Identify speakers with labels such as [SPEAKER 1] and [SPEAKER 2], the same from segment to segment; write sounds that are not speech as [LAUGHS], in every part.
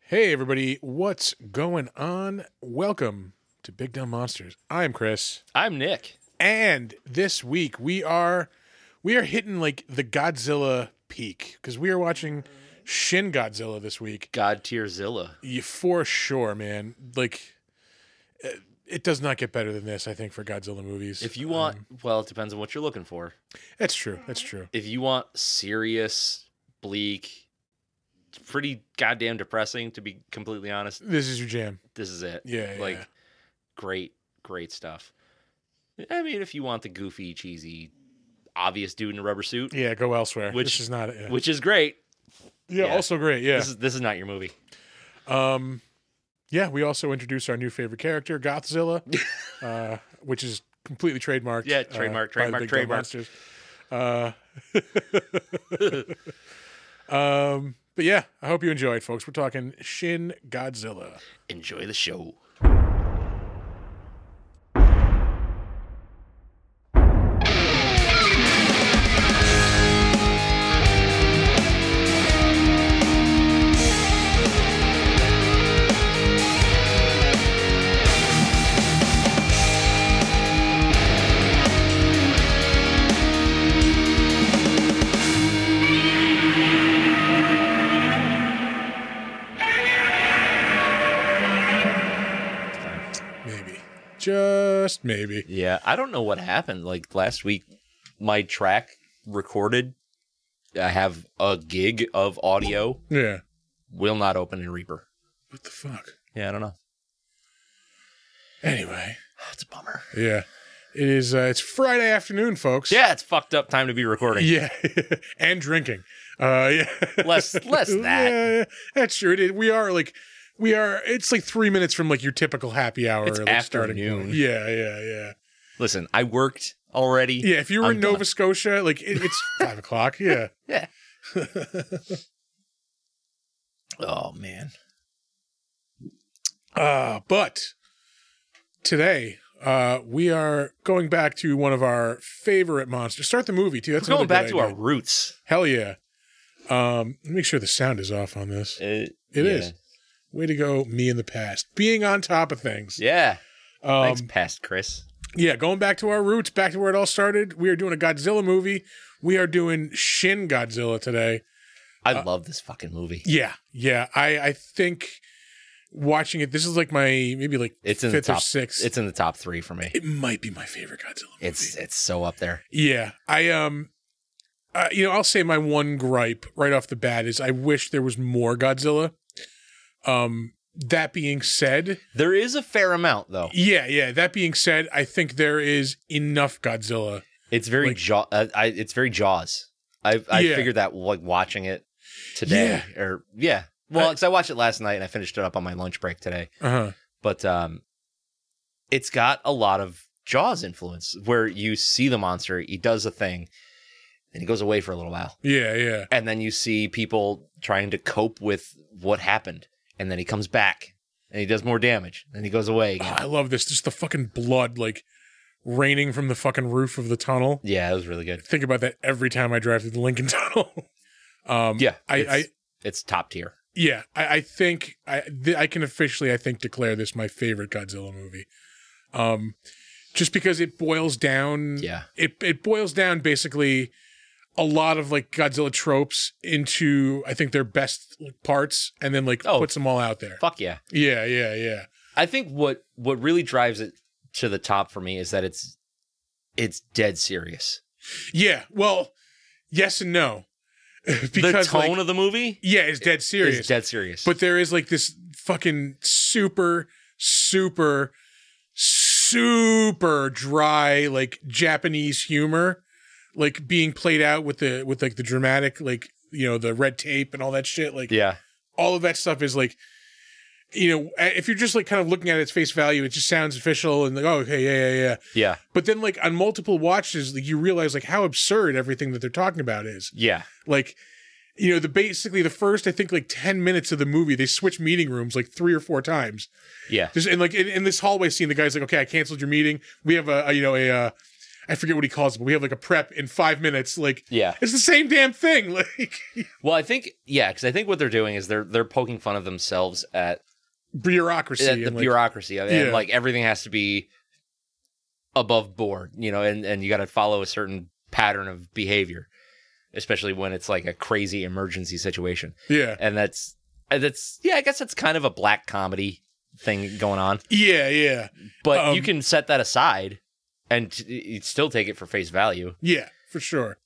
[SPEAKER 1] Hey, everybody, what's going on? Welcome to Big Dumb Monsters. I'm Chris,
[SPEAKER 2] I'm Nick.
[SPEAKER 1] and this week we are we are hitting like the Godzilla peak because we are watching Shin Godzilla this week.
[SPEAKER 2] God tier Zilla.
[SPEAKER 1] You for sure, man. Like, uh, it does not get better than this. I think for Godzilla movies, Um,
[SPEAKER 2] If you want, well, it depends on what you're looking for.
[SPEAKER 1] that's true. That's true.
[SPEAKER 2] If you want serious, bleak, pretty goddamn depressing, to be completely honest,
[SPEAKER 1] This is your jam.
[SPEAKER 2] this is it.
[SPEAKER 1] Yeah, yeah,
[SPEAKER 2] Like,
[SPEAKER 1] yeah.
[SPEAKER 2] great, great stuff. I mean, if you want the goofy, cheesy, obvious dude in a rubber suit,
[SPEAKER 1] Yeah, go elsewhere.
[SPEAKER 2] Which-
[SPEAKER 1] this is not. it.
[SPEAKER 2] which is great,
[SPEAKER 1] yeah,
[SPEAKER 2] yeah.
[SPEAKER 1] also great. Yeah,
[SPEAKER 2] this is this is not your movie.
[SPEAKER 1] Um, yeah, we also introduce our new favorite character,
[SPEAKER 2] [LAUGHS]
[SPEAKER 1] Gothzilla, uh, which is completely trademarked.
[SPEAKER 2] Yeah, trademark,
[SPEAKER 1] by
[SPEAKER 2] trademark,
[SPEAKER 1] Big Dumb
[SPEAKER 2] trademark.
[SPEAKER 1] Monsters. Uh, [LAUGHS] um, but yeah, I hope you enjoyed, folks. We're talking Shin Godzilla.
[SPEAKER 2] Enjoy the show.
[SPEAKER 1] Maybe, just maybe.
[SPEAKER 2] Yeah, I don't know what happened. Like last week, my track recorded. I have a gig of audio.
[SPEAKER 1] Yeah.
[SPEAKER 2] Will not open in Reaper.
[SPEAKER 1] What the fuck?
[SPEAKER 2] Yeah, I don't know.
[SPEAKER 1] Anyway,
[SPEAKER 2] [SIGHS] That's a bummer.
[SPEAKER 1] yeah, it is. Uh, it's Friday afternoon, folks.
[SPEAKER 2] Yeah, it's fucked up time to be recording.
[SPEAKER 1] Yeah, [LAUGHS] and drinking. Uh, yeah,
[SPEAKER 2] [LAUGHS]
[SPEAKER 1] [LAUGHS]
[SPEAKER 2] Less- less that.
[SPEAKER 1] Yeah, yeah. that's true. It is. We are like, we are. It's like three minutes from like your typical happy hour.
[SPEAKER 2] It's
[SPEAKER 1] like starting
[SPEAKER 2] afternoon.
[SPEAKER 1] point. Yeah, yeah, yeah,
[SPEAKER 2] Listen, I worked already.
[SPEAKER 1] yeah. If you were
[SPEAKER 2] I'm
[SPEAKER 1] in Nova
[SPEAKER 2] done.
[SPEAKER 1] Scotia, like it,
[SPEAKER 2] [LAUGHS]
[SPEAKER 1] it's five o'clock. Yeah,
[SPEAKER 2] Yeah. oh man.
[SPEAKER 1] uh, but today uh, we are going back to one of our favorite monsters. Start the movie too. That's
[SPEAKER 2] We're going
[SPEAKER 1] another
[SPEAKER 2] back
[SPEAKER 1] good
[SPEAKER 2] to our
[SPEAKER 1] idea.
[SPEAKER 2] roots.
[SPEAKER 1] hell yeah. Um, let me make sure the sound is off on this.
[SPEAKER 2] It
[SPEAKER 1] It is. Way to go, me in the past, being on top of things.
[SPEAKER 2] Yeah.
[SPEAKER 1] Um,
[SPEAKER 2] Thanks, past Chris.
[SPEAKER 1] Yeah, going back to our roots, back to where it all started. We are doing a Godzilla movie. We are doing Shin Godzilla today.
[SPEAKER 2] I
[SPEAKER 1] uh,
[SPEAKER 2] love this fucking movie.
[SPEAKER 1] Yeah, yeah. I I think watching it, this is like my maybe like
[SPEAKER 2] It's in the
[SPEAKER 1] fifth or
[SPEAKER 2] top.
[SPEAKER 1] sixth.
[SPEAKER 2] It's in the top three for me.
[SPEAKER 1] it might be my favorite Godzilla. Movie.
[SPEAKER 2] It's it's so up there.
[SPEAKER 1] yeah. I um, uh, you know, I'll say my one gripe right off the bat is I wish there was more Godzilla. Um, that being said,
[SPEAKER 2] There is a fair amount though.
[SPEAKER 1] yeah, yeah. That being said, I think there is enough Godzilla.
[SPEAKER 2] It's very
[SPEAKER 1] Like-
[SPEAKER 2] jaw. Uh, I it's very Jaws. I I
[SPEAKER 1] Yeah.
[SPEAKER 2] figured that like watching it today or yeah. Well,
[SPEAKER 1] I-
[SPEAKER 2] because I watched it last night and I finished it up on my lunch break today.
[SPEAKER 1] Uh huh.
[SPEAKER 2] But um, it's got a lot of Jaws influence where you see the monster, he does a thing, and he goes away for a little while,
[SPEAKER 1] Yeah, yeah.
[SPEAKER 2] and then you see people trying to cope with what happened, and then he comes back and he does more damage, and he goes away.
[SPEAKER 1] Oh,
[SPEAKER 2] Again.
[SPEAKER 1] I love this. Just the fucking blood like raining from the fucking roof of the tunnel.
[SPEAKER 2] yeah, it was really good.
[SPEAKER 1] Think about that every time I drive through the Lincoln [LAUGHS] Tunnel. um,
[SPEAKER 2] Yeah,
[SPEAKER 1] I-
[SPEAKER 2] it's,
[SPEAKER 1] I-
[SPEAKER 2] it's top tier.
[SPEAKER 1] yeah, I, I think I th- I can officially I think declare this my favorite Godzilla movie, um, just because it boils down
[SPEAKER 2] Yeah,
[SPEAKER 1] it it boils down basically a lot of like Godzilla tropes into I think their best parts and then like
[SPEAKER 2] Oh.
[SPEAKER 1] puts them all out there.
[SPEAKER 2] fuck yeah.
[SPEAKER 1] Yeah, yeah, yeah.
[SPEAKER 2] I think what what really drives it to the top for me is that it's it's dead serious.
[SPEAKER 1] Yeah. Well, yes and no. [LAUGHS]
[SPEAKER 2] the
[SPEAKER 1] because
[SPEAKER 2] tone
[SPEAKER 1] like,
[SPEAKER 2] of the movie
[SPEAKER 1] yeah, it's dead serious.
[SPEAKER 2] is dead serious.
[SPEAKER 1] But there is like this fucking super, super, super dry like Japanese humor, like being played out with the with like the dramatic like you know the red tape and all that shit. Like
[SPEAKER 2] yeah,
[SPEAKER 1] all of that stuff is like you know if you're just like kind of looking at its face value, it just sounds official and like oh okay yeah yeah yeah.
[SPEAKER 2] yeah,
[SPEAKER 1] But then like on multiple watches, like you realize like how absurd everything that they're talking about is.
[SPEAKER 2] yeah.
[SPEAKER 1] Like, you know, the basically the first I think like ten minutes of the movie, they switch meeting rooms like three or four times.
[SPEAKER 2] Yeah.
[SPEAKER 1] Just and like in, in this hallway scene, the guy's like, "Okay, I canceled your meeting. We have a, a you know a, uh I forget what he calls it, but we have like a prep in five minutes. Like
[SPEAKER 2] Yeah.
[SPEAKER 1] it's the same damn thing. [LAUGHS] Like
[SPEAKER 2] Well, I think yeah, because I think what they're doing is they're they're poking fun of themselves at,
[SPEAKER 1] bureaucracy.
[SPEAKER 2] at the
[SPEAKER 1] and, like,
[SPEAKER 2] bureaucracy of it, and
[SPEAKER 1] Yeah.
[SPEAKER 2] like everything has to be above board, you know, and and you got to follow a certain pattern of behavior, especially when it's like a crazy emergency situation,
[SPEAKER 1] yeah,
[SPEAKER 2] and that's and that's yeah, I guess that's kind of a black comedy thing going on,
[SPEAKER 1] yeah, yeah,
[SPEAKER 2] but
[SPEAKER 1] Um,
[SPEAKER 2] you can set that aside and t- you'd still take it for face value.
[SPEAKER 1] yeah, for sure.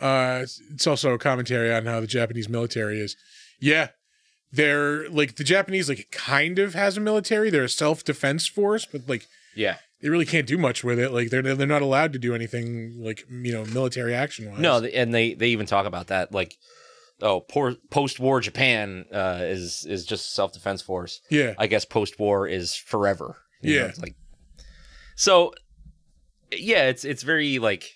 [SPEAKER 1] Uh, it's- it's also a commentary on how the Japanese military is. Yeah, they're like the Japanese like kind of has a military. They're a self defense force, but like
[SPEAKER 2] Yeah.
[SPEAKER 1] they really can't do much with it. Like they're they're not allowed to do anything like you know military action wise.
[SPEAKER 2] No, th- and they they even talk about that like oh, poor post-war Japan uh, is is just self-defense force.
[SPEAKER 1] yeah,
[SPEAKER 2] I guess post-war is forever.
[SPEAKER 1] Yeah.
[SPEAKER 2] it's like So yeah, it's it's very like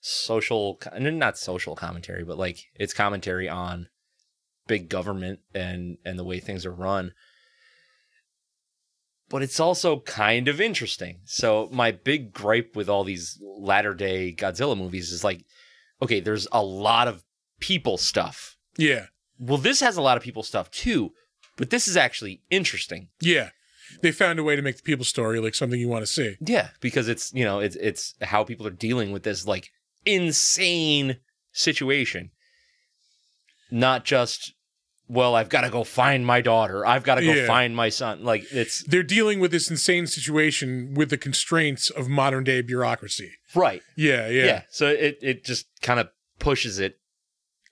[SPEAKER 2] social co- n- not social commentary, but like it's commentary on big government and and the way things are run. But it's also kind of interesting. So my big gripe with all these latter day Godzilla movies is like, okay, there's a lot of people stuff.
[SPEAKER 1] yeah,
[SPEAKER 2] Well, this has a lot of people stuff too, but this is actually interesting.
[SPEAKER 1] yeah. They found a way to make the people story like something you want to see.
[SPEAKER 2] Yeah, because it's you know it's it's how people are dealing with this like insane situation, not just well I've got to go find my daughter, I've got to go
[SPEAKER 1] Yeah.
[SPEAKER 2] find my son. Like it's
[SPEAKER 1] They're dealing with this insane situation with the constraints of modern day bureaucracy.
[SPEAKER 2] right,
[SPEAKER 1] Yeah,
[SPEAKER 2] yeah.
[SPEAKER 1] yeah.
[SPEAKER 2] So it it just kind of pushes it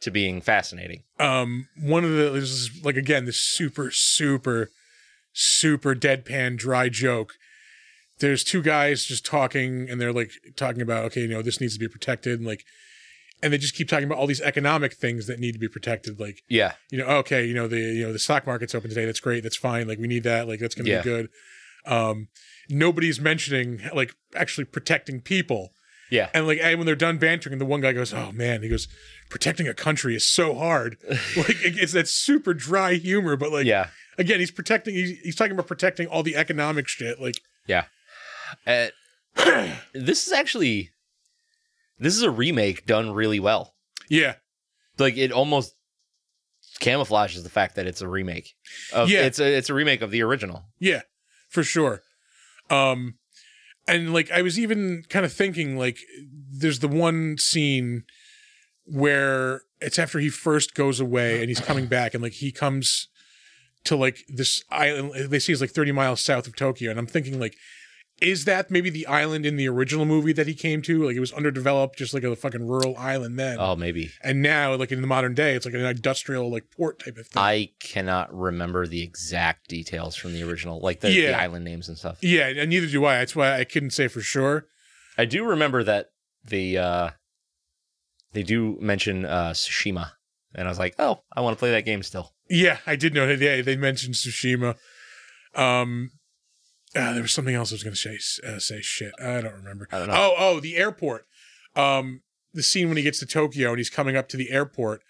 [SPEAKER 2] to being fascinating.
[SPEAKER 1] Um, one of the this is like again this super super super deadpan dry joke. There's two guys just talking, and they're like talking about okay, you know, this needs to be protected, and like, and they just keep talking about all these economic things that need to be protected, like
[SPEAKER 2] Yeah,
[SPEAKER 1] you know, okay, you know, the you know, the stock market's open today. That's great. That's fine. Like we need that. Like that's gonna
[SPEAKER 2] Yeah.
[SPEAKER 1] be good. Um, nobody's mentioning like actually protecting people.
[SPEAKER 2] yeah,
[SPEAKER 1] And like and when they're done bantering, the one guy goes, "Oh man," he goes, "Protecting a country is so hard." [LAUGHS] like it- it's that super dry humor, but like
[SPEAKER 2] yeah.
[SPEAKER 1] again, he's protecting. He's, he's talking about protecting all the economic shit. Like
[SPEAKER 2] Uh, [COUGHS] this is actually this is a remake done really well.
[SPEAKER 1] yeah,
[SPEAKER 2] like it almost camouflages the fact that it's a remake. Of,
[SPEAKER 1] Yeah.
[SPEAKER 2] it's a it's a remake of the original.
[SPEAKER 1] Yeah, for sure. Um and like I was even kind of thinking like there's the one scene where it's after he first goes away and he's coming back and like he comes to like this island they see is like 30 miles south of Tokyo and I'm thinking like is that maybe the island in the original movie that he came to like it was underdeveloped just like a fucking rural island then
[SPEAKER 2] Oh, maybe
[SPEAKER 1] and now like in the modern day it's like an industrial like port type of thing
[SPEAKER 2] I cannot remember the exact details from the original, like the, the
[SPEAKER 1] Yeah.
[SPEAKER 2] island names and stuff.
[SPEAKER 1] yeah and neither do I that's why I couldn't say for sure
[SPEAKER 2] I do remember that the uh, they do mention uh, Tsushima, and I was like, oh, I want to play that game still.
[SPEAKER 1] Yeah, I did know that. Yeah, they mentioned Tsushima. Um, uh, there was something else I was going to say. Uh, say shit. I don't remember.
[SPEAKER 2] I don't know.
[SPEAKER 1] Oh, oh, the airport. Um, the scene when he gets to Tokyo and he's coming up to the airport.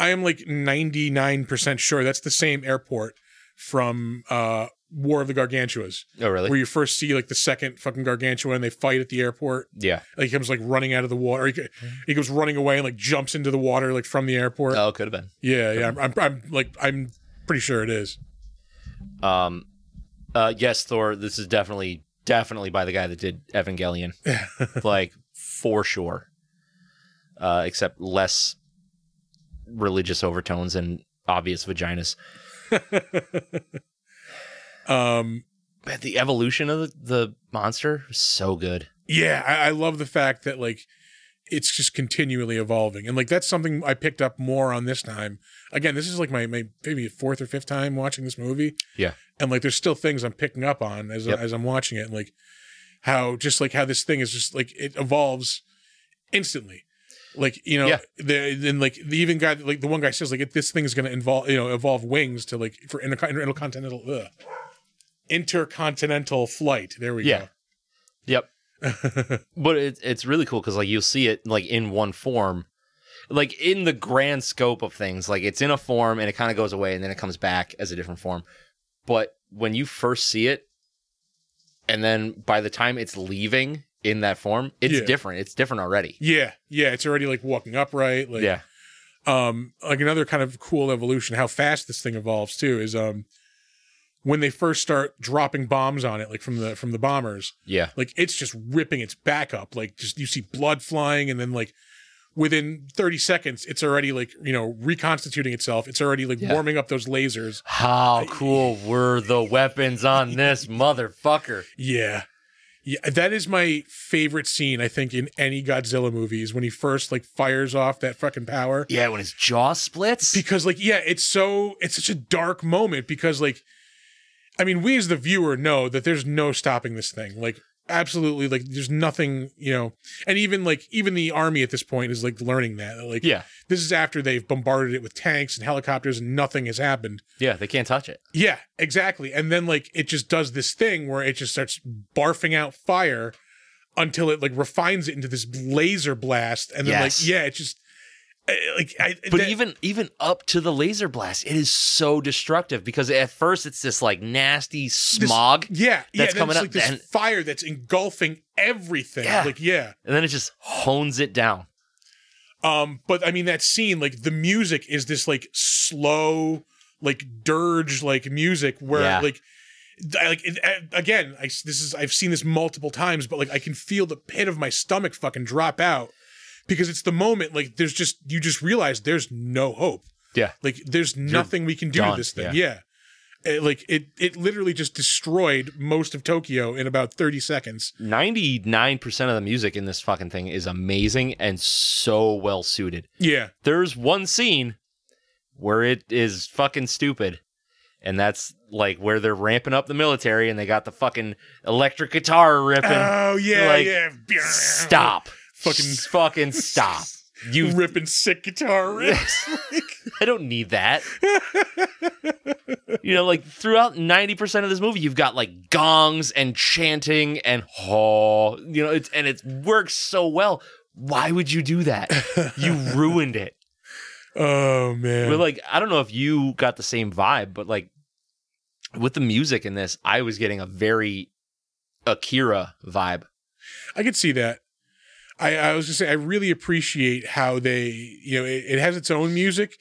[SPEAKER 1] I am like ninety nine percent sure that's the same airport from uh, War of the Gargantuas,
[SPEAKER 2] Oh, really?
[SPEAKER 1] where you first see like the second fucking Gargantua and they fight at the airport.
[SPEAKER 2] yeah.
[SPEAKER 1] Like he comes like running out of the water. He, he goes running away and like jumps into the water like from the airport.
[SPEAKER 2] Oh, could have been.
[SPEAKER 1] Yeah, yeah. I'm, I'm, I'm like, I'm pretty sure it is.
[SPEAKER 2] Um, uh, yes, Thor. This is definitely definitely by the guy that did Evangelion, like for sure. Uh, except less religious overtones and obvious vaginas.
[SPEAKER 1] Um,
[SPEAKER 2] But the evolution of the, the monster was so good.
[SPEAKER 1] yeah, I, I love the fact that like it's just continually evolving, and like that's something I picked up more on this time. Again, this is like my, my maybe fourth or fifth time watching this movie.
[SPEAKER 2] Yeah.
[SPEAKER 1] and like there's still things I'm picking up on as
[SPEAKER 2] Yep.
[SPEAKER 1] as I'm watching it, and like how just like how this thing is just like it evolves instantly. Like you know,
[SPEAKER 2] Yeah.
[SPEAKER 1] the then like the even guy like the one guy says like if this thing is going to involve you know evolve wings to like for intercon- intercontinental ugh, intercontinental flight. There we
[SPEAKER 2] Yeah.
[SPEAKER 1] go.
[SPEAKER 2] Yep. [LAUGHS] but it, it's really cool because like you'll see it like in one form, like in the grand scope of things. Like it's in a form and it kind of goes away and then it comes back as a different form. But when you first see it, and then by the time it's leaving in that form, it's
[SPEAKER 1] Yeah.
[SPEAKER 2] different. It's different already.
[SPEAKER 1] Yeah, yeah, it's already like walking upright. Like,
[SPEAKER 2] yeah.
[SPEAKER 1] um, like another kind of cool evolution. How fast this thing evolves too is um, when they first start dropping bombs on it, like from the from the bombers,
[SPEAKER 2] Yeah.
[SPEAKER 1] like it's just ripping its back up. Like, just you see blood flying, and then like within 30 seconds, it's already like you know reconstituting itself. It's already like
[SPEAKER 2] Yeah.
[SPEAKER 1] warming up those lasers.
[SPEAKER 2] How cool were the weapons on [LAUGHS] this motherfucker?
[SPEAKER 1] Yeah. Yeah, that is my favorite scene. I think in any Godzilla movie is when he first like fires off that fucking power.
[SPEAKER 2] Yeah, when his jaw splits.
[SPEAKER 1] because like yeah it's so it's such a dark moment because like i mean we as the viewer know that there's no stopping this thing like absolutely like there's nothing you know and even like even the army at this point is like learning that like
[SPEAKER 2] Yeah.
[SPEAKER 1] this is after they've bombarded it with tanks and helicopters and nothing has happened
[SPEAKER 2] Yeah, they can't touch it.
[SPEAKER 1] yeah exactly and then like it just does this thing where it just starts barfing out fire until it like refines it into this laser blast and then
[SPEAKER 2] Yes.
[SPEAKER 1] like yeah it just eh, like I,
[SPEAKER 2] But
[SPEAKER 1] that-
[SPEAKER 2] even even up to the laser blast, it is so destructive because at first it's this like nasty smog,
[SPEAKER 1] Yeah, yeah.
[SPEAKER 2] that's
[SPEAKER 1] then
[SPEAKER 2] coming
[SPEAKER 1] it's
[SPEAKER 2] up,
[SPEAKER 1] like this
[SPEAKER 2] and-
[SPEAKER 1] fire that's engulfing everything.
[SPEAKER 2] Yeah.
[SPEAKER 1] Like yeah.
[SPEAKER 2] and then it just hones it down.
[SPEAKER 1] Um, but I mean that scene, like the music is this like slow, like dirge, like music where
[SPEAKER 2] Yeah.
[SPEAKER 1] like. d- I, like it, a- again, I, s- this is I've seen this multiple times, but like I can feel the pit of my stomach fucking drop out because it's the moment like there's just you just realize there's no hope.
[SPEAKER 2] Yeah.
[SPEAKER 1] like there's nothing we can do to
[SPEAKER 2] done,
[SPEAKER 1] this thing. Yeah, It- like it it literally just destroyed most of Tokyo in about thirty seconds.
[SPEAKER 2] Ninety nine percent of the music in this fucking thing is amazing and so well suited.
[SPEAKER 1] Yeah,
[SPEAKER 2] There's one scene where it is fucking stupid, and that's like where they're ramping up the military and they got the fucking electric guitar ripping.
[SPEAKER 1] Oh yeah,
[SPEAKER 2] like,
[SPEAKER 1] yeah.
[SPEAKER 2] stop.
[SPEAKER 1] Fucking-
[SPEAKER 2] S- fucking stop. You
[SPEAKER 1] ripping sick [LAUGHS] guitar [LAUGHS] riffs.
[SPEAKER 2] [LAUGHS] I don't need that. you know, like throughout 90% of this movie, you've got like gongs and chanting and oh, you know, it's and it works so well. Why would you do that?
[SPEAKER 1] [LAUGHS]
[SPEAKER 2] You ruined it.
[SPEAKER 1] oh man.
[SPEAKER 2] But like, I don't know if you got the same vibe, but like with the music in this, I was getting a very Akira vibe.
[SPEAKER 1] I could see that. I, I was gonna say I really appreciate how they you know it, it has its own music,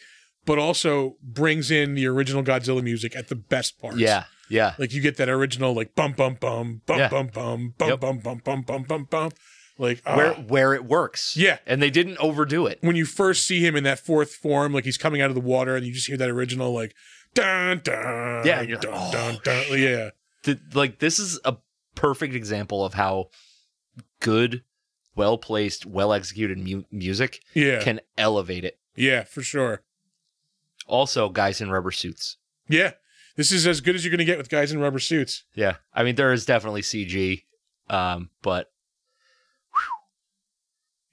[SPEAKER 1] but also brings in the original Godzilla music at the best parts.
[SPEAKER 2] Yeah. Yeah.
[SPEAKER 1] Like you get that original like bum bum bum bum
[SPEAKER 2] Yeah.
[SPEAKER 1] bum bum bum
[SPEAKER 2] Yep.
[SPEAKER 1] bum bum bum bum bum bum. Like ah.
[SPEAKER 2] Where where it works.
[SPEAKER 1] Yeah.
[SPEAKER 2] And they didn't overdo it.
[SPEAKER 1] when you first see him in that fourth form, like he's coming out of the water, and you just hear that original like dun dun
[SPEAKER 2] Yeah,
[SPEAKER 1] dun
[SPEAKER 2] and you're like,
[SPEAKER 1] dun,
[SPEAKER 2] "Oh,
[SPEAKER 1] dun, yeah
[SPEAKER 2] th- like this is a perfect example of how good well placed well executed mu- music
[SPEAKER 1] yeah
[SPEAKER 2] can elevate it
[SPEAKER 1] Yeah, for sure.
[SPEAKER 2] also guys in rubber suits
[SPEAKER 1] Yeah. This is as good as you're going to get with guys in rubber suits.
[SPEAKER 2] yeah i mean there is definitely cg um but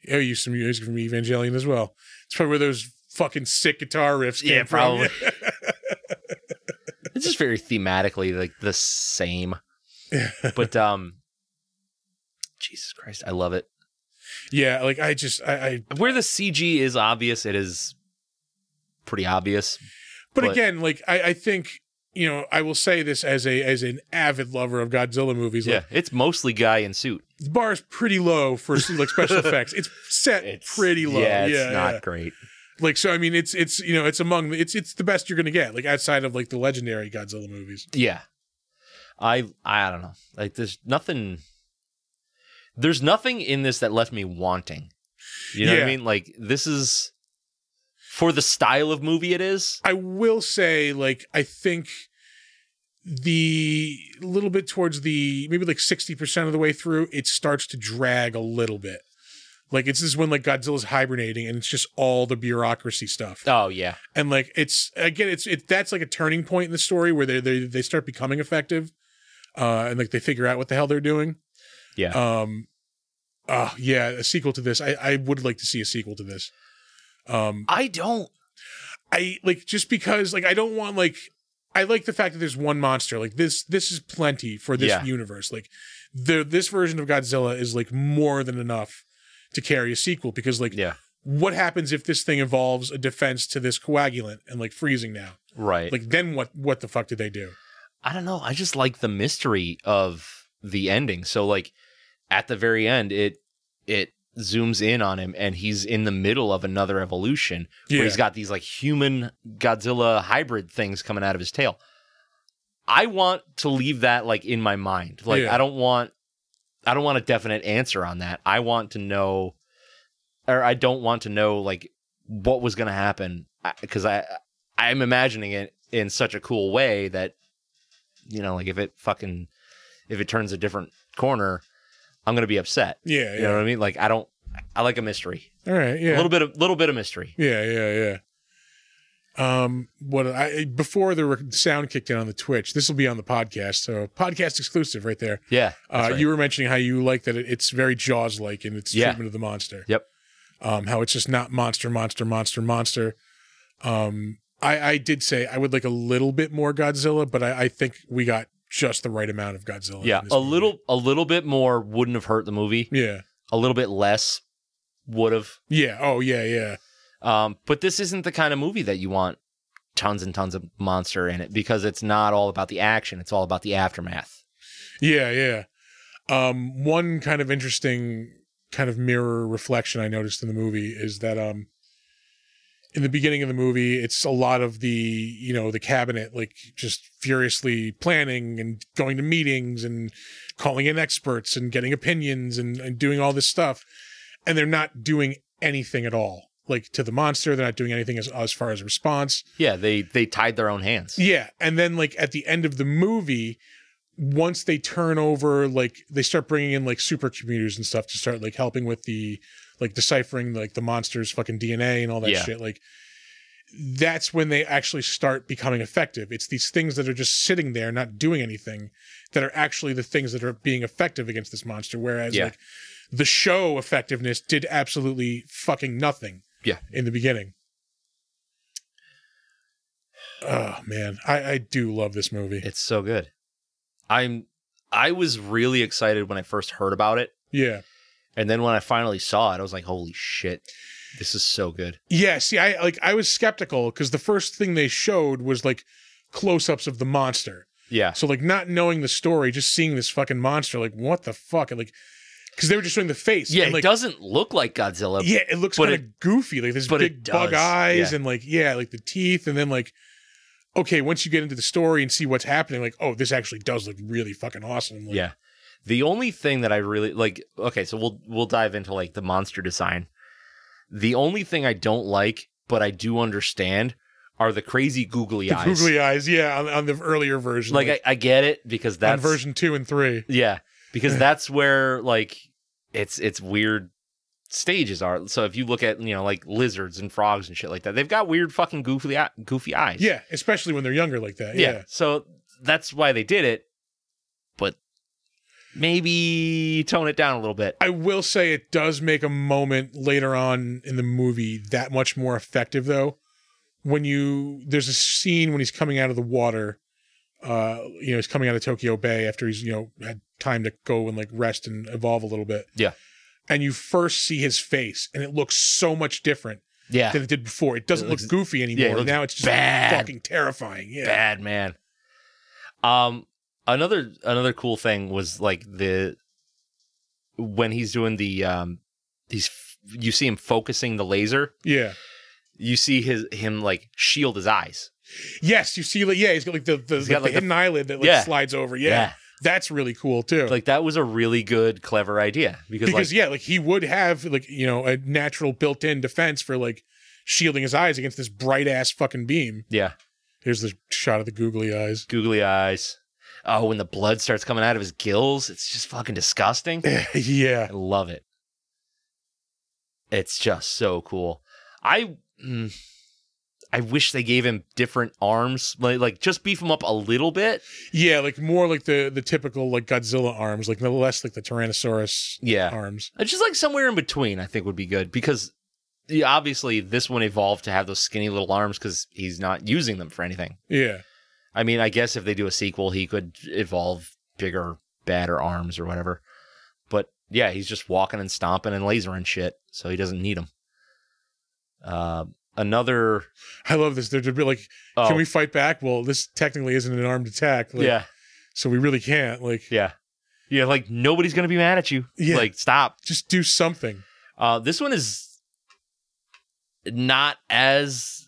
[SPEAKER 1] Yeah, we used some music from Evangelion as well. It's probably where those fucking sick guitar riffs came
[SPEAKER 2] Yeah,
[SPEAKER 1] from.
[SPEAKER 2] probably. it's just very thematically like
[SPEAKER 1] [LAUGHS]
[SPEAKER 2] the same but um jesus christ i love it
[SPEAKER 1] [LAUGHS] yeah, like I just, I, I
[SPEAKER 2] where the cg is obvious it is pretty obvious
[SPEAKER 1] but,
[SPEAKER 2] But-
[SPEAKER 1] again, like I, I think, you know, I will say this as a, as an avid lover of Godzilla movies.
[SPEAKER 2] yeah
[SPEAKER 1] Like,
[SPEAKER 2] it's mostly guy in suit
[SPEAKER 1] the bar is pretty low for like special
[SPEAKER 2] [LAUGHS]
[SPEAKER 1] effects. It's set pretty low.
[SPEAKER 2] yeah it's not
[SPEAKER 1] yeah.
[SPEAKER 2] great
[SPEAKER 1] Like, so, I mean, it's, it's, you know, it's among the, it's, it's the best you're going to get, like outside of like the legendary Godzilla movies.
[SPEAKER 2] Yeah. I I don't know. Like there's nothing there's nothing in this that left me wanting. You know
[SPEAKER 1] Yeah.
[SPEAKER 2] what I mean? Like this is for the style of movie it is.
[SPEAKER 1] I will say, like, I think the little bit towards the maybe like 60% of the way through, it starts to drag a little bit. Like, it's this is when like Godzilla's hibernating and it's just all the bureaucracy stuff.
[SPEAKER 2] Oh yeah.
[SPEAKER 1] And like, it's again, it's it that's like a turning point in the story where they they, they start becoming effective uh, and like they figure out what the hell they're doing.
[SPEAKER 2] Yeah.
[SPEAKER 1] Um, oh, yeah, a sequel to this. I, I would like to see a sequel to this. Um,
[SPEAKER 2] I don't
[SPEAKER 1] I like just because like I don't want like I like the fact that there's one monster. Like this this is plenty for this
[SPEAKER 2] Yeah.
[SPEAKER 1] universe. Like the this version of Godzilla is like more than enough to carry a sequel because like
[SPEAKER 2] Yeah.
[SPEAKER 1] what happens if this thing evolves a defense to this coagulant and like freezing now?
[SPEAKER 2] Right.
[SPEAKER 1] Like then what what the fuck did they do?
[SPEAKER 2] I don't know. I just like the mystery of the ending. So like at the very end, it it zooms in on him, and he's in the middle of another evolution
[SPEAKER 1] Yeah.
[SPEAKER 2] where he's got these like human Godzilla hybrid things coming out of his tail. I want to leave that like in my mind. Like
[SPEAKER 1] Yeah.
[SPEAKER 2] I don't want I don't want a definite answer on that. I want to know or I don't want to know like what was going to happen cuz I I'm imagining it in such a cool way that you know like if it fucking if it turns a different corner, I'm going to be upset.
[SPEAKER 1] yeah,
[SPEAKER 2] You know what I mean? Like I don't I like a mystery.
[SPEAKER 1] yeah. All right,
[SPEAKER 2] A
[SPEAKER 1] yeah.
[SPEAKER 2] little bit of little bit of mystery.
[SPEAKER 1] Yeah, yeah, yeah. Um, what I before the rec- sound kicked in on the Twitch, this will be on the podcast, so podcast exclusive right there.
[SPEAKER 2] Yeah.
[SPEAKER 1] Uh,
[SPEAKER 2] that's right.
[SPEAKER 1] You were mentioning how you like that it, it's very Jaws like in its
[SPEAKER 2] Yeah.
[SPEAKER 1] treatment of the monster.
[SPEAKER 2] Yep.
[SPEAKER 1] Um, how it's just not monster, monster, monster, monster. Um, I, I did say I would like a little bit more Godzilla, but I, I think we got just the right amount of Godzilla.
[SPEAKER 2] Yeah,
[SPEAKER 1] in this
[SPEAKER 2] a
[SPEAKER 1] movie.
[SPEAKER 2] little a little bit more wouldn't have hurt the movie.
[SPEAKER 1] Oh, Yeah.
[SPEAKER 2] A little bit less would have.
[SPEAKER 1] Yeah. Oh, yeah, yeah.
[SPEAKER 2] Um, but this isn't the kind of movie that you want tons and tons of monster in it because it's not all about the action. It's all about the aftermath.
[SPEAKER 1] Yeah, yeah. Um, one kind of interesting kind of mirror reflection I noticed in the movie is that um in the beginning of the movie, it's a lot of the, you know, the cabinet like just furiously planning and going to meetings and calling in experts and getting opinions and, and doing all this stuff. And they're not doing anything at all. Like to the monster, they're not doing anything as, as far as response.
[SPEAKER 2] Yeah, they they tied their own hands.
[SPEAKER 1] Yeah, and then like at the end of the movie, once they turn over, like they start bringing in like supercomputers and stuff to start like helping with the like deciphering like the monster's fucking DNA and all that
[SPEAKER 2] Yeah.
[SPEAKER 1] shit. Like that's when they actually start becoming effective. It's these things that are just sitting there not doing anything that are actually the things that are being effective against this monster. Whereas
[SPEAKER 2] Yeah.
[SPEAKER 1] like the show effectiveness did absolutely fucking nothing.
[SPEAKER 2] Yeah.
[SPEAKER 1] In the beginning. Oh man, I, I do love this movie.
[SPEAKER 2] It's so good. I'm I was really excited when I first heard about it,
[SPEAKER 1] Yeah.
[SPEAKER 2] and then when I finally saw it, I was like, "Holy shit, this is so good!"
[SPEAKER 1] Yeah, see, I like I was skeptical because the first thing they showed was like close-ups of the monster.
[SPEAKER 2] Yeah,
[SPEAKER 1] So like not knowing the story, just seeing this fucking monster, like what the fuck? And like because they were just showing the face.
[SPEAKER 2] yeah.
[SPEAKER 1] and,
[SPEAKER 2] it
[SPEAKER 1] like,
[SPEAKER 2] doesn't look like Godzilla.
[SPEAKER 1] yeah, it looks
[SPEAKER 2] but
[SPEAKER 1] kind of goofy, like this
[SPEAKER 2] but
[SPEAKER 1] big
[SPEAKER 2] it
[SPEAKER 1] bug
[SPEAKER 2] does,
[SPEAKER 1] eyes
[SPEAKER 2] yeah.
[SPEAKER 1] and like yeah, like the teeth, and then like okay, once you get into the story and see what's happening, like oh, this actually does look really fucking awesome. Like,
[SPEAKER 2] Yeah. The only thing that I really like okay, so we'll we'll dive into like the monster design. The only thing I don't like, but I do understand, are the crazy googly
[SPEAKER 1] the
[SPEAKER 2] eyes.
[SPEAKER 1] googly eyes. Yeah, on, on the earlier version,
[SPEAKER 2] like I, I get it because
[SPEAKER 1] on
[SPEAKER 2] that's
[SPEAKER 1] version two and three.
[SPEAKER 2] Yeah.
[SPEAKER 1] [LAUGHS]
[SPEAKER 2] Because that's where like it's it's weird stages are. So if you look at, you know, like lizards and frogs and shit like that, they've got weird fucking goofy eye- goofy eyes.
[SPEAKER 1] Yeah, especially when they're younger like that.
[SPEAKER 2] yeah.
[SPEAKER 1] yeah.
[SPEAKER 2] So that's why they did it. But maybe tone it down a little bit.
[SPEAKER 1] I will say it does make a moment later on in the movie that much more effective though. When you there's a scene when he's coming out of the water, uh, you know, he's coming out of Tokyo Bay after he's, you know, had time to go and like rest and evolve a little bit.
[SPEAKER 2] Yeah.
[SPEAKER 1] And you first see his face and it looks so much different
[SPEAKER 2] Yeah.
[SPEAKER 1] than it did before. It doesn't
[SPEAKER 2] It
[SPEAKER 1] look
[SPEAKER 2] looks-
[SPEAKER 1] goofy anymore.
[SPEAKER 2] looks
[SPEAKER 1] now it's just
[SPEAKER 2] bad.
[SPEAKER 1] fucking terrifying. Yeah.
[SPEAKER 2] bad man. Um, another another cool thing was like the when he's doing the um, he's you see him focusing the laser.
[SPEAKER 1] Yeah.
[SPEAKER 2] You see his him like shield his eyes.
[SPEAKER 1] Yes, you see like yeah, he's got like the the,
[SPEAKER 2] He's got,
[SPEAKER 1] like, the
[SPEAKER 2] like, the-
[SPEAKER 1] hidden eyelid that like
[SPEAKER 2] Yeah.
[SPEAKER 1] slides over. Yeah. That's really cool too.
[SPEAKER 2] like that was a really good, clever idea because,
[SPEAKER 1] because
[SPEAKER 2] like
[SPEAKER 1] yeah, like he would have like you know a natural built-in defense for like shielding his eyes against this bright ass fucking beam.
[SPEAKER 2] yeah,
[SPEAKER 1] Here's the shot of the googly eyes. [LAUGHS]
[SPEAKER 2] googly eyes. Oh, when the blood starts coming out of his gills, it's just
[SPEAKER 1] [LAUGHS]
[SPEAKER 2] fucking disgusting.
[SPEAKER 1] yeah,
[SPEAKER 2] I love it. It's just so cool. I mm, I wish they gave him different arms, like, like just beef him up a little bit.
[SPEAKER 1] yeah, like more like the the typical like Godzilla arms, like no less like the Tyrannosaurus
[SPEAKER 2] Yeah,
[SPEAKER 1] arms.
[SPEAKER 2] Uh, just like somewhere in between. I think would be good because yeah, obviously this one evolved to have those skinny little arms because he's not using them for anything.
[SPEAKER 1] Yeah,
[SPEAKER 2] I mean, I guess if they do a sequel, he could evolve bigger, badder arms or whatever. But yeah, he's just walking and stomping and lasering shit, so he doesn't need them. Uh, another
[SPEAKER 1] I love this. They're just be like,
[SPEAKER 2] Oh,
[SPEAKER 1] can we fight back? Well, this technically isn't an armed attack. Like,
[SPEAKER 2] yeah,
[SPEAKER 1] so we really can't. Like,
[SPEAKER 2] yeah. You're like nobody's gonna be mad at you.
[SPEAKER 1] Yeah.
[SPEAKER 2] Like stop.
[SPEAKER 1] Just do something.
[SPEAKER 2] Uh, this one is not as.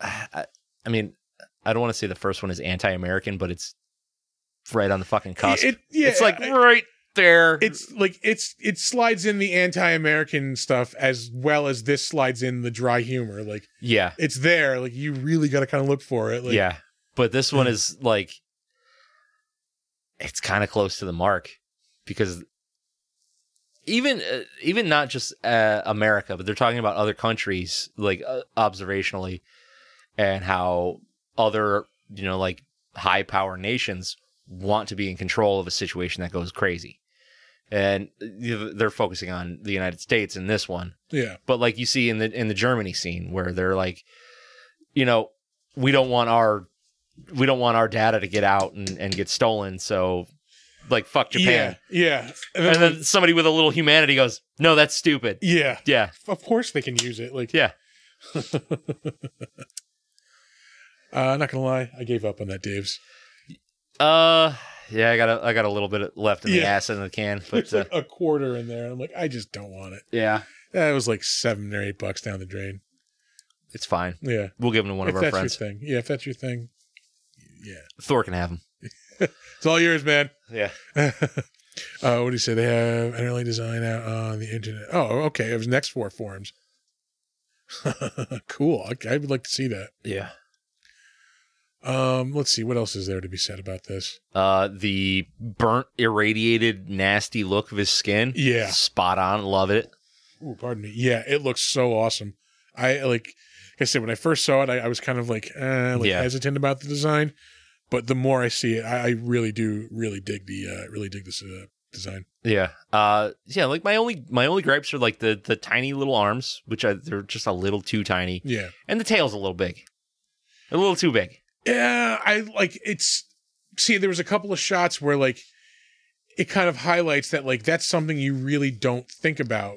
[SPEAKER 2] I, I mean, I don't want to say the first one is anti-American, but it's right on the fucking cusp.
[SPEAKER 1] It, yeah,
[SPEAKER 2] it's like
[SPEAKER 1] I-
[SPEAKER 2] right there.
[SPEAKER 1] it's like it's it slides in the anti-American stuff as well as this slides in the dry humor. Like
[SPEAKER 2] yeah,
[SPEAKER 1] it's there. Like you really got to kind of look for it. Like,
[SPEAKER 2] yeah. But this one is like, it's kind of close to the mark because even uh, even not just uh, America, but they're talking about other countries, like uh, observationally, and how other you know like high power nations want to be in control of a situation that goes crazy, and uh, they're focusing on the United States in this one
[SPEAKER 1] yeah,
[SPEAKER 2] but like you see in the in the Germany scene where they're like, you know, we don't want our we don't want our data to get out and, and get stolen, so like fuck Japan.
[SPEAKER 1] yeah, yeah. And then,
[SPEAKER 2] And then somebody with a little humanity goes, No, that's stupid.
[SPEAKER 1] yeah,
[SPEAKER 2] Yeah.
[SPEAKER 1] of course they can use it. Like
[SPEAKER 2] Yeah.
[SPEAKER 1] [LAUGHS] uh, not gonna lie, I gave up on that, Dave's.
[SPEAKER 2] Uh yeah, I got a I got a little bit left in the
[SPEAKER 1] Yeah.
[SPEAKER 2] ass in the can. But
[SPEAKER 1] There's
[SPEAKER 2] uh,
[SPEAKER 1] [LAUGHS] like a quarter in there. I'm like, I just don't want it.
[SPEAKER 2] yeah.
[SPEAKER 1] That was like seven or eight bucks down the drain.
[SPEAKER 2] It's fine.
[SPEAKER 1] Yeah,
[SPEAKER 2] We'll give them to one
[SPEAKER 1] if
[SPEAKER 2] of our
[SPEAKER 1] that's
[SPEAKER 2] friends.
[SPEAKER 1] your thing. Yeah, if that's your thing, yeah,
[SPEAKER 2] Thor can have them.
[SPEAKER 1] it's all yours, man.
[SPEAKER 2] Yeah.
[SPEAKER 1] [LAUGHS] uh, what do you say? They have an early design out on the internet. Oh, okay. It was next four forms. [LAUGHS] cool. I, I would like to see that.
[SPEAKER 2] Yeah.
[SPEAKER 1] Um, let's see. What else is there to be said about this?
[SPEAKER 2] Uh the burnt, irradiated, nasty look of his skin.
[SPEAKER 1] Yeah.
[SPEAKER 2] Spot on. Love it.
[SPEAKER 1] Ooh, pardon me. Yeah, it looks so awesome. I like, like I said, when I first saw it, I, I was kind of like, eh, like
[SPEAKER 2] Yeah.
[SPEAKER 1] hesitant about the design. But the more I see it, I, I really do really dig the uh, really dig this uh, design.
[SPEAKER 2] Yeah. Uh yeah, like my only my only gripes are like the the tiny little arms, which I, they're just a little too tiny.
[SPEAKER 1] Yeah,
[SPEAKER 2] And the tail's a little big. A little too big.
[SPEAKER 1] Yeah, I like it's see there was a couple of shots where like it kind of highlights that like that's something you really don't think about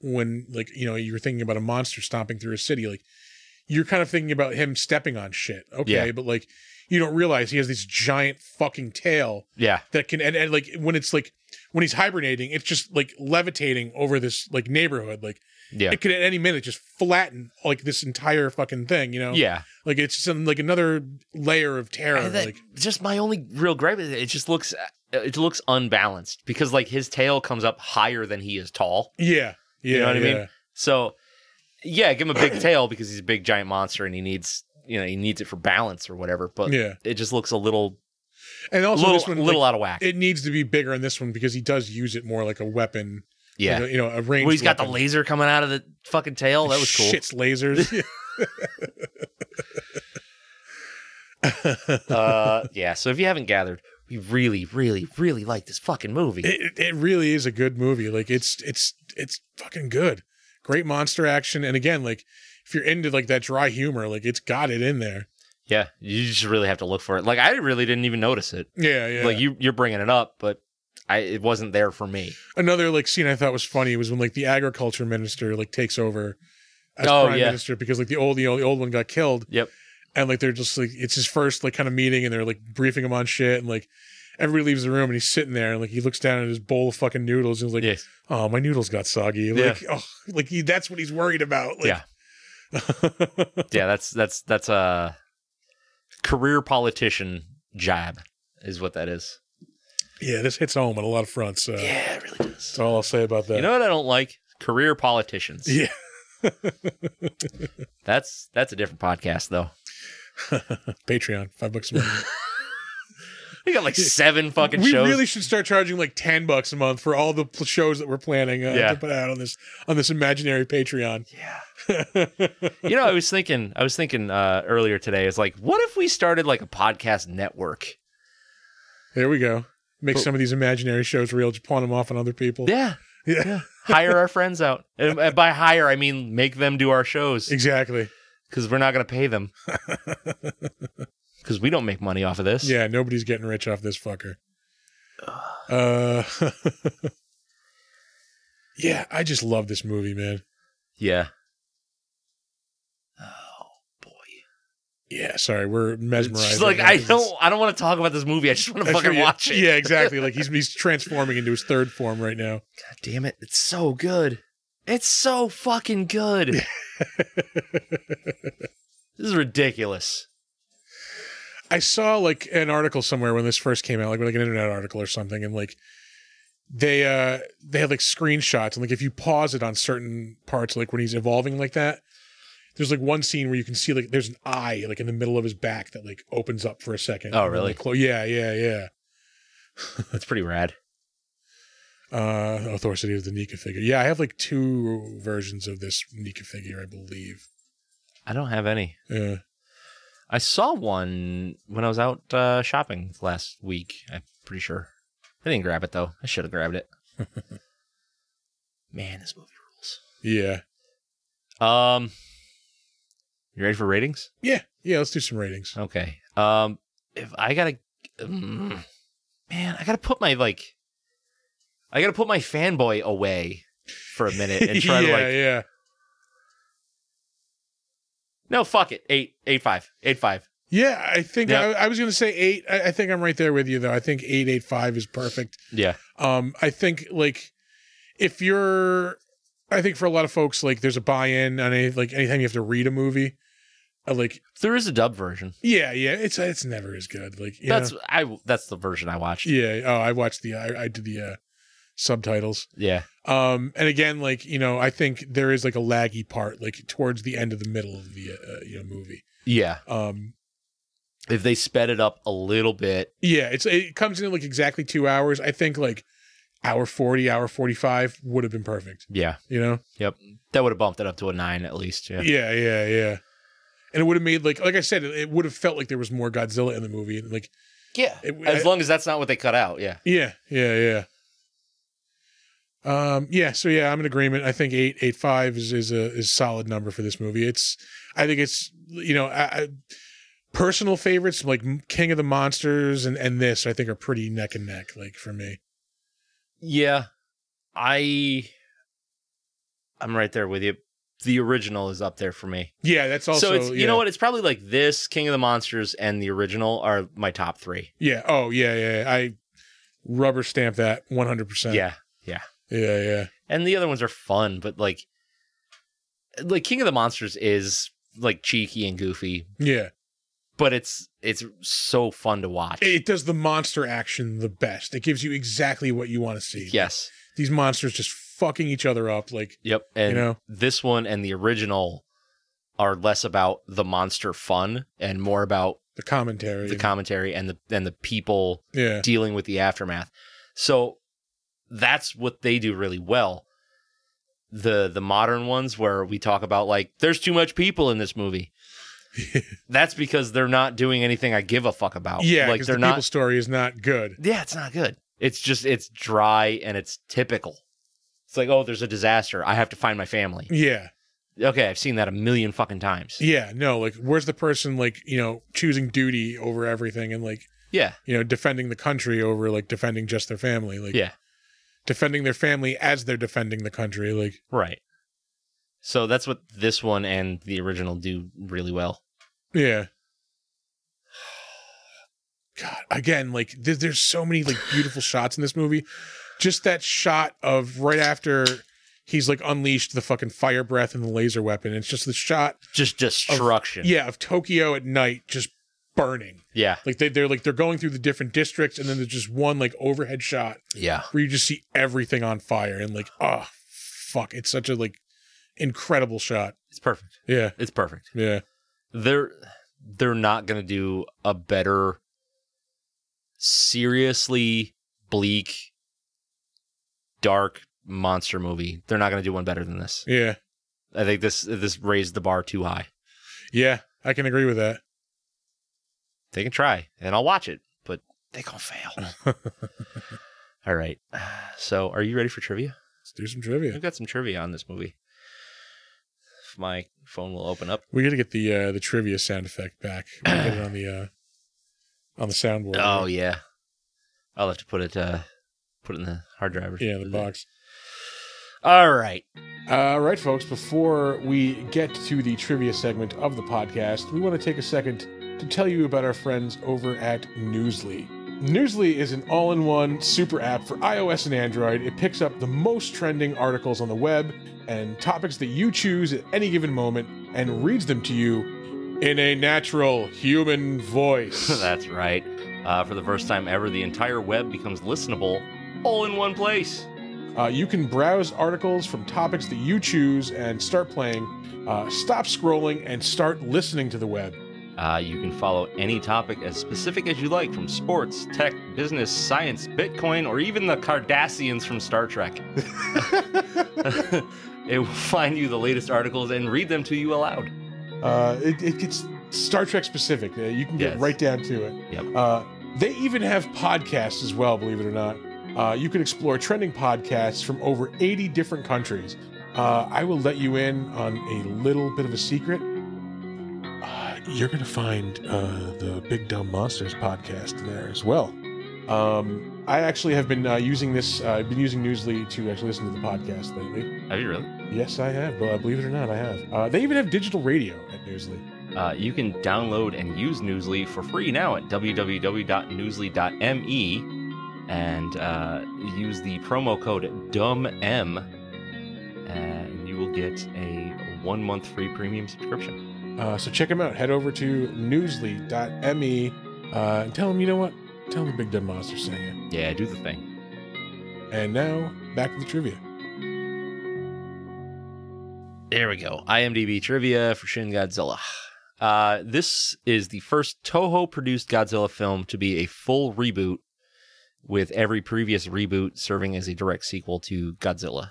[SPEAKER 1] when like you know you're thinking about a monster stomping through a city like you're kind of thinking about him stepping on shit okay
[SPEAKER 2] Yeah.
[SPEAKER 1] but like you don't realize he has this giant fucking tail
[SPEAKER 2] Yeah.
[SPEAKER 1] that can and, and like when it's like when he's hibernating it's just like levitating over this like neighborhood like
[SPEAKER 2] Yeah.
[SPEAKER 1] it could at any minute just flatten like this entire fucking thing you know
[SPEAKER 2] yeah.
[SPEAKER 1] like it's some like another layer of terror.
[SPEAKER 2] And that-
[SPEAKER 1] like
[SPEAKER 2] just my only real gripe is it just looks it looks unbalanced because like his tail comes up higher than he is tall.
[SPEAKER 1] yeah, yeah.
[SPEAKER 2] You know what I
[SPEAKER 1] yeah.
[SPEAKER 2] mean? So yeah, give him a
[SPEAKER 1] [COUGHS]
[SPEAKER 2] big tail because he's a big giant monster and he needs you know, he needs it for balance or whatever, but
[SPEAKER 1] Yeah.
[SPEAKER 2] it just looks a little
[SPEAKER 1] And also
[SPEAKER 2] little
[SPEAKER 1] this one,
[SPEAKER 2] little
[SPEAKER 1] like,
[SPEAKER 2] out of whack.
[SPEAKER 1] it needs to be bigger in this one because he does use it more like a weapon.
[SPEAKER 2] yeah.
[SPEAKER 1] like a- you know, a range.
[SPEAKER 2] Well, he's got the laser coming out of the fucking tail. That was cool.
[SPEAKER 1] Shits
[SPEAKER 2] [LAUGHS]
[SPEAKER 1] lasers.
[SPEAKER 2] Uh, yeah. So if you haven't gathered, we really, really, really like this fucking movie.
[SPEAKER 1] it, it- it really is a good movie. Like it's it's it's fucking good. Great monster action, and again, like if you're into like that dry humor, like it's got it in there.
[SPEAKER 2] yeah, you just really have to look for it. Like I really didn't even notice it.
[SPEAKER 1] Yeah, yeah.
[SPEAKER 2] Like you, you're bringing it up, but I it wasn't there for me.
[SPEAKER 1] another like scene I thought was funny was when like the agriculture minister like takes over as
[SPEAKER 2] Oh,
[SPEAKER 1] prime
[SPEAKER 2] yeah.
[SPEAKER 1] minister because like the old the old, the old one got killed.
[SPEAKER 2] Yep.
[SPEAKER 1] And like they're just like it's his first like kind of meeting and they're like briefing him on shit and like everybody leaves the room and he's sitting there and like he looks down at his bowl of fucking noodles and he's [LAUGHS] like,
[SPEAKER 2] yes.
[SPEAKER 1] Oh, my noodles got soggy. Like oh like he, that's what he's worried about. Like, yeah.
[SPEAKER 2] Yeah. That's that's that's a career politician jab is what that is.
[SPEAKER 1] this hits home on a lot of fronts. Uh,
[SPEAKER 2] yeah, it really does.
[SPEAKER 1] That's all I'll say about that.
[SPEAKER 2] You know what I don't like? Career politicians.
[SPEAKER 1] yeah.
[SPEAKER 2] That's that's a different podcast though.
[SPEAKER 1] Patreon, five bucks a month.
[SPEAKER 2] We got like seven fucking
[SPEAKER 1] we
[SPEAKER 2] shows.
[SPEAKER 1] really should start charging like 10 bucks a month for all the pl- shows that we're planning uh,
[SPEAKER 2] Yeah.
[SPEAKER 1] to put out on this on this imaginary patreon
[SPEAKER 2] you know, I was thinking, I was thinking uh, earlier today. It's like, what if we started like a podcast network?
[SPEAKER 1] [LAUGHS] there we go make some of these imaginary shows real just pawn them off on other people
[SPEAKER 2] Yeah,
[SPEAKER 1] Yeah.
[SPEAKER 2] hire our friends out, and, and by hire I mean make them do our shows
[SPEAKER 1] exactly
[SPEAKER 2] because we're not going to
[SPEAKER 1] [LAUGHS]
[SPEAKER 2] pay them because we don't make money off of this.
[SPEAKER 1] yeah nobody's getting rich off this fucker uh [LAUGHS] yeah i just love this movie man
[SPEAKER 2] yeah. Oh boy,
[SPEAKER 1] yeah, sorry, we're
[SPEAKER 2] It's
[SPEAKER 1] mesmerized.
[SPEAKER 2] just
[SPEAKER 1] right
[SPEAKER 2] like
[SPEAKER 1] now
[SPEAKER 2] I
[SPEAKER 1] 'cause
[SPEAKER 2] don't, I don't want to talk about this movie. I just
[SPEAKER 1] it's-
[SPEAKER 2] want to
[SPEAKER 1] that's what
[SPEAKER 2] fucking
[SPEAKER 1] you-
[SPEAKER 2] watch it.
[SPEAKER 1] Yeah,
[SPEAKER 2] [LAUGHS]
[SPEAKER 1] exactly. Like he's he's transforming into his third form right now.
[SPEAKER 2] God damn it! It's so good. It's so fucking good. this is ridiculous.
[SPEAKER 1] I saw like an article somewhere when this first came out, like like an internet article or something, and like they uh they had like screenshots and like if you pause it on certain parts, like when he's evolving like that, there's like one scene where you can see like there's an eye like in the middle of his back that like opens up for a second.
[SPEAKER 2] Oh,
[SPEAKER 1] And then,
[SPEAKER 2] really?
[SPEAKER 1] like, clo- yeah, yeah, yeah.
[SPEAKER 2] That's pretty rad.
[SPEAKER 1] Uh, oh, Thor said he was the Nika figure. Yeah, I have like two versions of this Nika figure, I believe. Uh,
[SPEAKER 2] I don't have any.
[SPEAKER 1] Yeah.
[SPEAKER 2] I saw one when I was out uh, shopping last week. I'm pretty sure. I didn't grab it though. I should have grabbed it. Man, this movie rules.
[SPEAKER 1] Yeah.
[SPEAKER 2] Um, you ready for ratings?
[SPEAKER 1] Yeah. Yeah. Let's do some ratings.
[SPEAKER 2] Okay. Um, if I gotta, mm, man, I gotta put my like, I gotta put my fanboy away for a minute and
[SPEAKER 1] [LAUGHS]
[SPEAKER 2] try
[SPEAKER 1] yeah,
[SPEAKER 2] to like,
[SPEAKER 1] yeah.
[SPEAKER 2] no, fuck it, eight, eight, five, eight, five.
[SPEAKER 1] Yeah, I think
[SPEAKER 2] Yep.
[SPEAKER 1] I, I was going to say eight. I, I think I'm right there with you, though. I think eight eight five is perfect.
[SPEAKER 2] Yeah,
[SPEAKER 1] Um, I think like if you're, I think for a lot of folks, like there's a buy-in on any like anytime you have to read a movie, uh, like
[SPEAKER 2] there is a dub version.
[SPEAKER 1] yeah, yeah, it's it's never as good. Like you
[SPEAKER 2] That's
[SPEAKER 1] know?
[SPEAKER 2] I. That's the version I watched.
[SPEAKER 1] yeah. Oh, I watched the I, I did the uh, subtitles.
[SPEAKER 2] Yeah.
[SPEAKER 1] Um, and again, like you know, I think there is like a laggy part, like towards the end of the middle of the uh, you know movie.
[SPEAKER 2] Yeah.
[SPEAKER 1] Um,
[SPEAKER 2] If they sped it up a little bit,
[SPEAKER 1] Yeah, it's it comes in at, like exactly two hours. I think like hour forty, hour forty five would have been perfect.
[SPEAKER 2] yeah,
[SPEAKER 1] You know?
[SPEAKER 2] that would have bumped it up to a nine at least. Yeah.
[SPEAKER 1] Yeah, yeah, yeah. And it would have made like like I said, it, it would have felt like there was more Godzilla in the movie. and, Like
[SPEAKER 2] Yeah.
[SPEAKER 1] It-
[SPEAKER 2] As
[SPEAKER 1] I-
[SPEAKER 2] long as that's not what they cut out. Yeah.
[SPEAKER 1] yeah, yeah, yeah. Um, yeah, so yeah, I'm in agreement. I think eight eight five is is a is solid number for this movie. It's I think it's you know I, I, personal favorites like King of the Monsters and and this I think are pretty neck and neck like for me.
[SPEAKER 2] Yeah. I. I'm right there with you. The original is up there for me.
[SPEAKER 1] Yeah, that's also
[SPEAKER 2] so it's you
[SPEAKER 1] yeah.
[SPEAKER 2] know what? It's probably like this King of the Monsters and the original are my top three.
[SPEAKER 1] Yeah. Oh, yeah, yeah. yeah. I rubber stamp that 100%.
[SPEAKER 2] Yeah.
[SPEAKER 1] Yeah, yeah.
[SPEAKER 2] And the other ones are fun, but like, like King of the Monsters is like cheeky and goofy,
[SPEAKER 1] Yeah.
[SPEAKER 2] but it's it's so fun to watch.
[SPEAKER 1] It it does the monster action the best. It gives you exactly what you want to see.
[SPEAKER 2] yes.
[SPEAKER 1] These monsters just fucking each other up. Like,
[SPEAKER 2] Yep. And
[SPEAKER 1] you know?
[SPEAKER 2] this one and the original are less about the monster fun and more about
[SPEAKER 1] The commentary.
[SPEAKER 2] the commentary and the and the people
[SPEAKER 1] yeah.
[SPEAKER 2] dealing with the aftermath. So that's what they do really well. The the modern ones where we talk about like there's too much people in this
[SPEAKER 1] [LAUGHS]
[SPEAKER 2] movie. that's because they're not doing anything I give a fuck about.
[SPEAKER 1] Yeah.
[SPEAKER 2] like
[SPEAKER 1] 'cause
[SPEAKER 2] they're
[SPEAKER 1] the
[SPEAKER 2] not
[SPEAKER 1] people story is not good.
[SPEAKER 2] yeah, it's not good. It's just it's dry and it's typical. It's like, oh, there's a disaster. I have to find my family.
[SPEAKER 1] Yeah.
[SPEAKER 2] Okay, I've seen that a million fucking times.
[SPEAKER 1] Yeah. No, like, where's the person, like, you know, choosing duty over everything and, like,
[SPEAKER 2] Yeah.
[SPEAKER 1] you know, defending the country over, like, defending just their family? Like,
[SPEAKER 2] Yeah.
[SPEAKER 1] Defending their family as they're defending the country. Like,
[SPEAKER 2] Right. So that's what this one and the original do really well.
[SPEAKER 1] Yeah. God, again, like there, there's so many like beautiful shots in this movie. Just that shot of right after he's like unleashed the fucking fire breath and the laser weapon. It's just the shot,
[SPEAKER 2] Just destruction.
[SPEAKER 1] yeah, of Tokyo at night just burning.
[SPEAKER 2] Yeah.
[SPEAKER 1] Like they, they're like they're going through the different districts, and then there's just one like overhead shot
[SPEAKER 2] Yeah.
[SPEAKER 1] where you just see everything on fire, and like, oh fuck, it's such a like incredible shot.
[SPEAKER 2] It's perfect.
[SPEAKER 1] Yeah,
[SPEAKER 2] It's perfect.
[SPEAKER 1] yeah,
[SPEAKER 2] They're they're not going to do a better seriously bleak dark monster movie. They're not going to do one better than this.
[SPEAKER 1] yeah,
[SPEAKER 2] I think this this raised the bar too high.
[SPEAKER 1] yeah. I can agree with that.
[SPEAKER 2] They can try and I'll watch it, but they going to fail. [LAUGHS] All right. So, are you ready for trivia?
[SPEAKER 1] Let's do some trivia.
[SPEAKER 2] I've got some trivia on this movie. If my phone will open up.
[SPEAKER 1] We got to get the uh, the trivia sound effect back. We gotta get it on the uh, on the soundboard.
[SPEAKER 2] Oh yeah, I'll have to put it uh, put it in the hard drive. Or
[SPEAKER 1] yeah, the
[SPEAKER 2] something.
[SPEAKER 1] box.
[SPEAKER 2] All [LAUGHS] right.
[SPEAKER 1] All right, folks, before we get to the trivia segment of the podcast, we want to take a second to tell you about our friends over at Newsly. Newsly is an all in one super app for iOS and Android. It picks up the most trending articles on the web and topics that you choose at any given moment and reads them to you in a natural human voice.
[SPEAKER 2] [LAUGHS] That's right. Uh, for the first time ever, the entire web becomes listenable all in one place.
[SPEAKER 1] Uh, you can browse articles from topics that you choose and start playing, uh, stop scrolling, and start listening to the web.
[SPEAKER 2] Uh, you can follow any topic as specific as you like from sports, tech, business, science, Bitcoin, or even the Cardassians from Star Trek. [LAUGHS] it will find you the latest articles and read them to you aloud.
[SPEAKER 1] Uh, it, it gets Star Trek specific. Uh, you can get
[SPEAKER 2] Yes.
[SPEAKER 1] right down to it.
[SPEAKER 2] Yep.
[SPEAKER 1] Uh, they even have podcasts as well, believe it or not. Uh, you can explore trending podcasts from over 80 different countries. Uh, I will let you in on a little bit of a secret. Uh, you're going to find uh, the Big Dumb Monsters podcast there as well. Um, I actually have been uh, using this, uh, I've been using Newsly to actually listen to the podcast lately.
[SPEAKER 2] Have you really?
[SPEAKER 1] Yes, I have. Well, believe it or not, I have. Uh, they even have digital radio at Newsly.
[SPEAKER 2] Uh, you can download and use Newsly for free now at www.newsly.me and uh, use the promo code DUMM and you will get a one month free premium subscription.
[SPEAKER 1] Uh, so check them out. Head over to newsly.me uh, and tell them, you know what? Tell them Big Dumb Monster sang it.
[SPEAKER 2] Yeah, do the thing.
[SPEAKER 1] And now, back to the trivia.
[SPEAKER 2] There we go. IMDb trivia for Shin Godzilla. Uh, this is the first Toho produced Godzilla film to be a full reboot, with every previous reboot serving as a direct sequel to Godzilla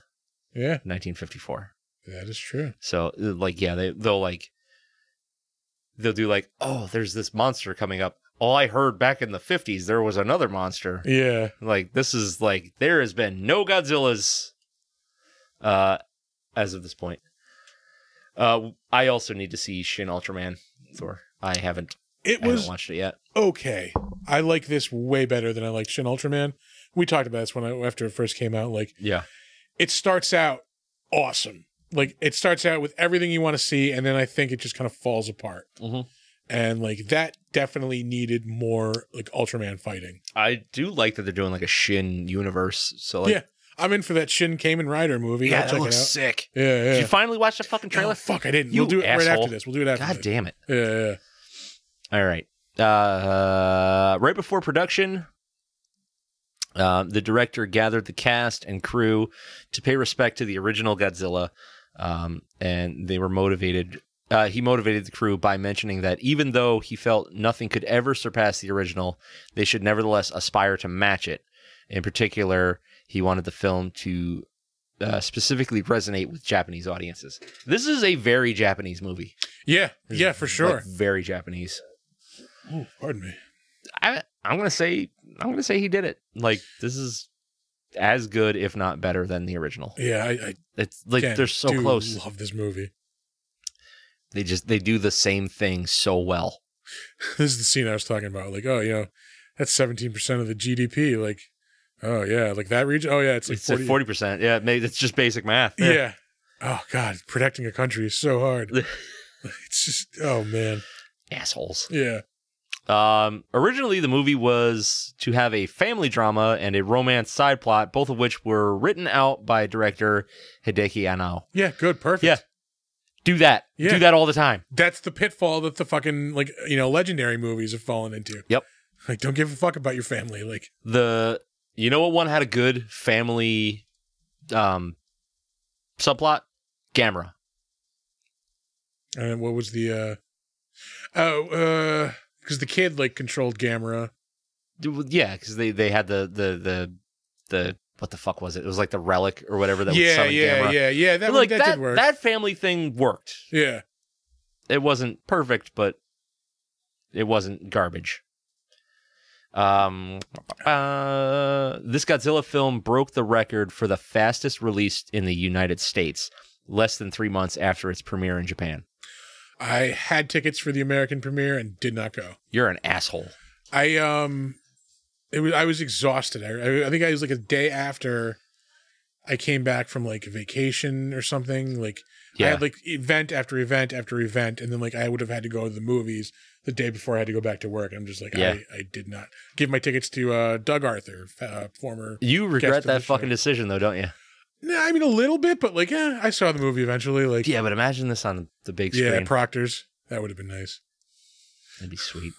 [SPEAKER 1] Yeah,
[SPEAKER 2] 1954.
[SPEAKER 1] that is true.
[SPEAKER 2] So uh, like yeah, they they'll like they'll do like, oh, there's this monster coming up. All I heard back in the fifties there was another monster.
[SPEAKER 1] Yeah.
[SPEAKER 2] Like this is like there has been no Godzillas uh as of this point. Uh I also need to see Shin Ultraman Thor. I haven't
[SPEAKER 1] It
[SPEAKER 2] I haven't
[SPEAKER 1] was
[SPEAKER 2] watched it yet.
[SPEAKER 1] okay. I like this way better than I liked Shin Ultraman. We talked about this when I, after it first came out. Like,
[SPEAKER 2] Yeah.
[SPEAKER 1] it starts out awesome. Like, it starts out with everything you want to see, and then I think it just kind of falls apart.
[SPEAKER 2] Mhm.
[SPEAKER 1] And, like, that definitely needed more, like, Ultraman fighting.
[SPEAKER 2] I do like that they're doing like a Shin universe. So like
[SPEAKER 1] yeah, I'm in for that Shin Kamen Rider movie.
[SPEAKER 2] Yeah,
[SPEAKER 1] I'll
[SPEAKER 2] that
[SPEAKER 1] check
[SPEAKER 2] looks
[SPEAKER 1] it out.
[SPEAKER 2] sick.
[SPEAKER 1] Yeah, yeah.
[SPEAKER 2] Did you finally watch the fucking trailer?
[SPEAKER 1] Oh, fuck, I didn't.
[SPEAKER 2] You
[SPEAKER 1] we'll do it right
[SPEAKER 2] asshole.
[SPEAKER 1] after this. We'll do it after
[SPEAKER 2] God
[SPEAKER 1] this.
[SPEAKER 2] damn it.
[SPEAKER 1] Yeah, yeah, yeah.
[SPEAKER 2] All right. Uh, right before production, uh, the director gathered the cast and crew to pay respect to the original Godzilla, um, and they were motivated. Uh, he motivated the crew by mentioning that even though he felt nothing could ever surpass the original, they should nevertheless aspire to match it. In particular, he wanted the film to uh, specifically resonate with Japanese audiences. This is a very Japanese movie.
[SPEAKER 1] Yeah,
[SPEAKER 2] This is,
[SPEAKER 1] yeah, for
[SPEAKER 2] like,
[SPEAKER 1] sure.
[SPEAKER 2] very Japanese.
[SPEAKER 1] Ooh, pardon me.
[SPEAKER 2] I, I'm gonna say I'm gonna say he did it. Like this is as good, if not better, than the original.
[SPEAKER 1] Yeah, I, I
[SPEAKER 2] It's like
[SPEAKER 1] again,
[SPEAKER 2] they're so
[SPEAKER 1] do
[SPEAKER 2] close.
[SPEAKER 1] love this movie. [LAUGHS]
[SPEAKER 2] They just they do the same thing so well.
[SPEAKER 1] This is the scene I was talking about. Like, oh, you know, that's 17% of the GDP. Like, oh, yeah, like that region. Oh, yeah, it's like
[SPEAKER 2] It's at
[SPEAKER 1] 40.
[SPEAKER 2] forty percent. Yeah, it may- it's just basic math.
[SPEAKER 1] yeah. Oh, God, protecting a country is so hard.
[SPEAKER 2] [LAUGHS]
[SPEAKER 1] it's just, oh, man.
[SPEAKER 2] assholes.
[SPEAKER 1] Yeah.
[SPEAKER 2] Um, originally, the movie was to have a family drama and a romance side plot, both of which were written out by director Hideki Anno.
[SPEAKER 1] Yeah, good, perfect.
[SPEAKER 2] Yeah. Do that.
[SPEAKER 1] Yeah.
[SPEAKER 2] Do that all the time.
[SPEAKER 1] That's the pitfall that the fucking, like, you know, legendary movies have fallen into.
[SPEAKER 2] Yep.
[SPEAKER 1] Like, don't give a fuck about your family. Like,
[SPEAKER 2] the you know what one had a good family um subplot gamera
[SPEAKER 1] And what was the uh oh uh because the kid like controlled Gamera.
[SPEAKER 2] yeah because they they had the the the the what the fuck was it it was like the relic or whatever that would
[SPEAKER 1] yeah,
[SPEAKER 2] summon
[SPEAKER 1] yeah,
[SPEAKER 2] gamera
[SPEAKER 1] yeah, yeah. That,
[SPEAKER 2] like
[SPEAKER 1] that,
[SPEAKER 2] that
[SPEAKER 1] did work.
[SPEAKER 2] that family thing worked
[SPEAKER 1] yeah.
[SPEAKER 2] it wasn't perfect but it wasn't garbage um uh this godzilla film broke the record for the fastest released in the united states less than three months after its premiere in japan
[SPEAKER 1] I had tickets for the American premiere and did not go.
[SPEAKER 2] you're an asshole
[SPEAKER 1] I um it was I was exhausted. I I think I was like a day after I came back from like vacation or something. Like I
[SPEAKER 2] Yeah.
[SPEAKER 1] had like event after event after event, and then like I would have had to go to the movies the day before I had to go back to work. I'm just like,
[SPEAKER 2] Yeah.
[SPEAKER 1] I, I did not give my tickets to uh, Doug Arthur, f- uh, former.
[SPEAKER 2] you
[SPEAKER 1] Guest
[SPEAKER 2] regret
[SPEAKER 1] of
[SPEAKER 2] that
[SPEAKER 1] the
[SPEAKER 2] fucking
[SPEAKER 1] show.
[SPEAKER 2] decision though, don't you?
[SPEAKER 1] No, I mean a little bit, but like, yeah, I saw the movie eventually. Like,
[SPEAKER 2] Yeah, but imagine this on the big
[SPEAKER 1] yeah,
[SPEAKER 2] screen.
[SPEAKER 1] Proctor's. That would have been nice.
[SPEAKER 2] That'd be sweet.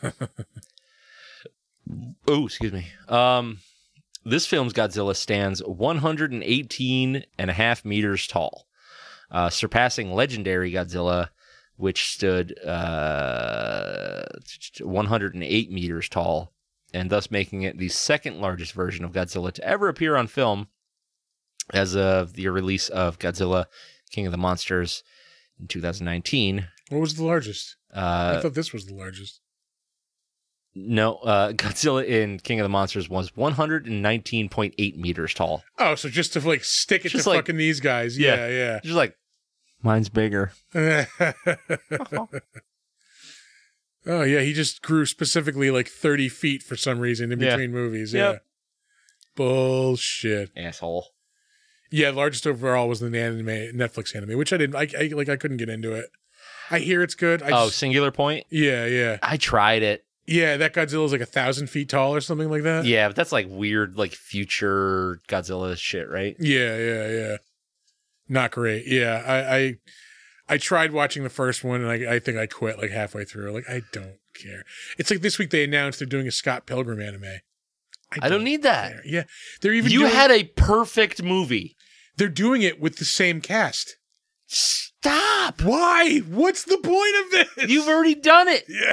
[SPEAKER 2] oh, excuse me. Um, this film's Godzilla stands 118 and a half meters tall, uh, surpassing legendary Godzilla, which stood uh, 108 meters tall, and thus making it the second largest version of Godzilla to ever appear on film as of the release of Godzilla King of the Monsters in 2019.
[SPEAKER 1] What was the largest?
[SPEAKER 2] Uh,
[SPEAKER 1] I thought this was the largest.
[SPEAKER 2] No, uh, [LAUGHS] Godzilla in King of the Monsters was 119.8 meters tall.
[SPEAKER 1] Oh, so just to like stick it
[SPEAKER 2] Just
[SPEAKER 1] to
[SPEAKER 2] like-
[SPEAKER 1] fucking these guys.
[SPEAKER 2] Yeah.
[SPEAKER 1] Yeah,
[SPEAKER 2] Just like, mine's bigger.
[SPEAKER 1] yeah. [LAUGHS] oh yeah, he just grew specifically like thirty feet for some reason in
[SPEAKER 2] Yeah.
[SPEAKER 1] between movies. Yeah.
[SPEAKER 2] Yep.
[SPEAKER 1] Bullshit.
[SPEAKER 2] Asshole.
[SPEAKER 1] Yeah, largest overall was the anime Netflix anime, which I didn't. I, I like. I couldn't get into it. I hear it's good. I
[SPEAKER 2] oh,
[SPEAKER 1] just-
[SPEAKER 2] Singular Point?
[SPEAKER 1] yeah, yeah,
[SPEAKER 2] I tried it.
[SPEAKER 1] yeah. That Godzilla's like a thousand feet tall or something like that.
[SPEAKER 2] Yeah, but that's like weird, like future Godzilla shit, right?
[SPEAKER 1] Yeah, yeah, yeah. Not great. Yeah, I, I, I tried watching the first one, and I, I think I quit like halfway through. Like I don't care. It's like this week they announced they're doing a Scott Pilgrim anime.
[SPEAKER 2] I don't need that.
[SPEAKER 1] care. Yeah, they're even.
[SPEAKER 2] You
[SPEAKER 1] doing,
[SPEAKER 2] had a perfect movie.
[SPEAKER 1] They're doing it with the same cast.
[SPEAKER 2] Stop.
[SPEAKER 1] Why? What's the point of this? [LAUGHS]
[SPEAKER 2] You've already done it.
[SPEAKER 1] yeah.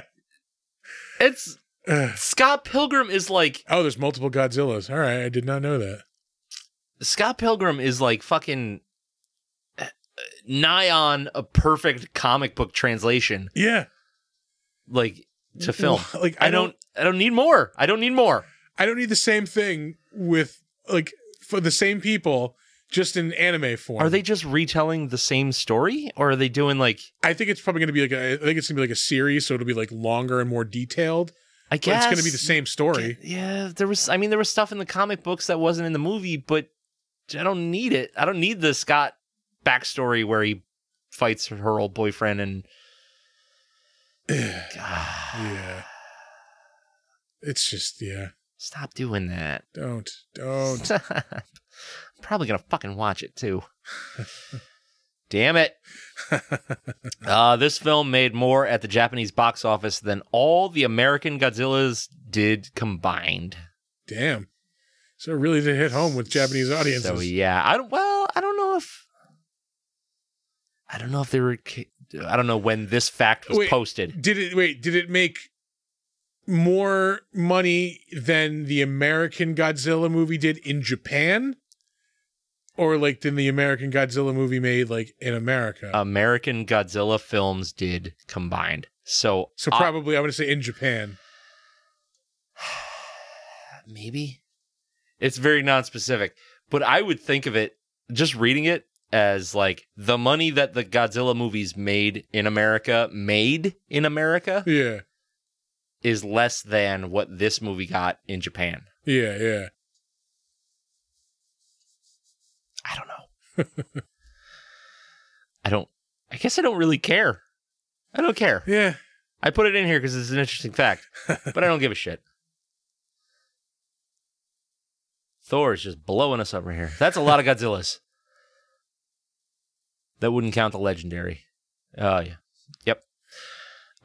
[SPEAKER 2] It's
[SPEAKER 1] Ugh.
[SPEAKER 2] Scott Pilgrim is like
[SPEAKER 1] Oh, there's multiple Godzillas. All right, I did not know that.
[SPEAKER 2] Scott Pilgrim is like fucking uh, nigh on a perfect comic book translation
[SPEAKER 1] Yeah,
[SPEAKER 2] like to film.
[SPEAKER 1] Like
[SPEAKER 2] I don't I don't need more. I don't need more.
[SPEAKER 1] I don't need the same thing with like for the same people, just in anime form.
[SPEAKER 2] Are they just retelling the same story or are they doing like
[SPEAKER 1] I think it's probably going to be like a, I think it's going to be like a series, so it'll be like longer and more detailed. But
[SPEAKER 2] I
[SPEAKER 1] it's
[SPEAKER 2] guess
[SPEAKER 1] going to be the same story.
[SPEAKER 2] Yeah, there was I mean there was stuff in the comic books that wasn't in the movie, but I don't need it. I don't need the Scott backstory where he fights her old boyfriend and God,
[SPEAKER 1] [CLEARS THROAT] Yeah. It's just yeah.
[SPEAKER 2] stop doing that.
[SPEAKER 1] Don't don't.
[SPEAKER 2] I'm probably gonna fucking watch it too.
[SPEAKER 1] [LAUGHS]
[SPEAKER 2] Damn it. Uh, this film made more at the Japanese box office than all the American Godzillas did combined.
[SPEAKER 1] Damn. So it really did hit home with Japanese audiences.
[SPEAKER 2] So yeah, I don't. Well, I don't know if. I don't know if they were. ca- I don't know when this fact was
[SPEAKER 1] Wait.
[SPEAKER 2] posted.
[SPEAKER 1] Did it wait? Did it make more money than the American Godzilla movie did in Japan, or like than the American Godzilla movie made like in America?
[SPEAKER 2] Uh, American Godzilla films did combined. So
[SPEAKER 1] so
[SPEAKER 2] I-
[SPEAKER 1] probably I, am would say in Japan.
[SPEAKER 2] maybe it's very non-specific, but I would think of it just reading it as like the money that the Godzilla movies made in America made in America
[SPEAKER 1] Yeah,
[SPEAKER 2] is less than what this movie got in Japan.
[SPEAKER 1] yeah, yeah.
[SPEAKER 2] I don't know. I don't. I guess I don't really care. I don't care.
[SPEAKER 1] Yeah.
[SPEAKER 2] I put it in here because it's an interesting fact, but I don't give a shit. Thor is just blowing us up right here. That's a lot of Godzillas. That wouldn't count the legendary. Oh yeah, yep.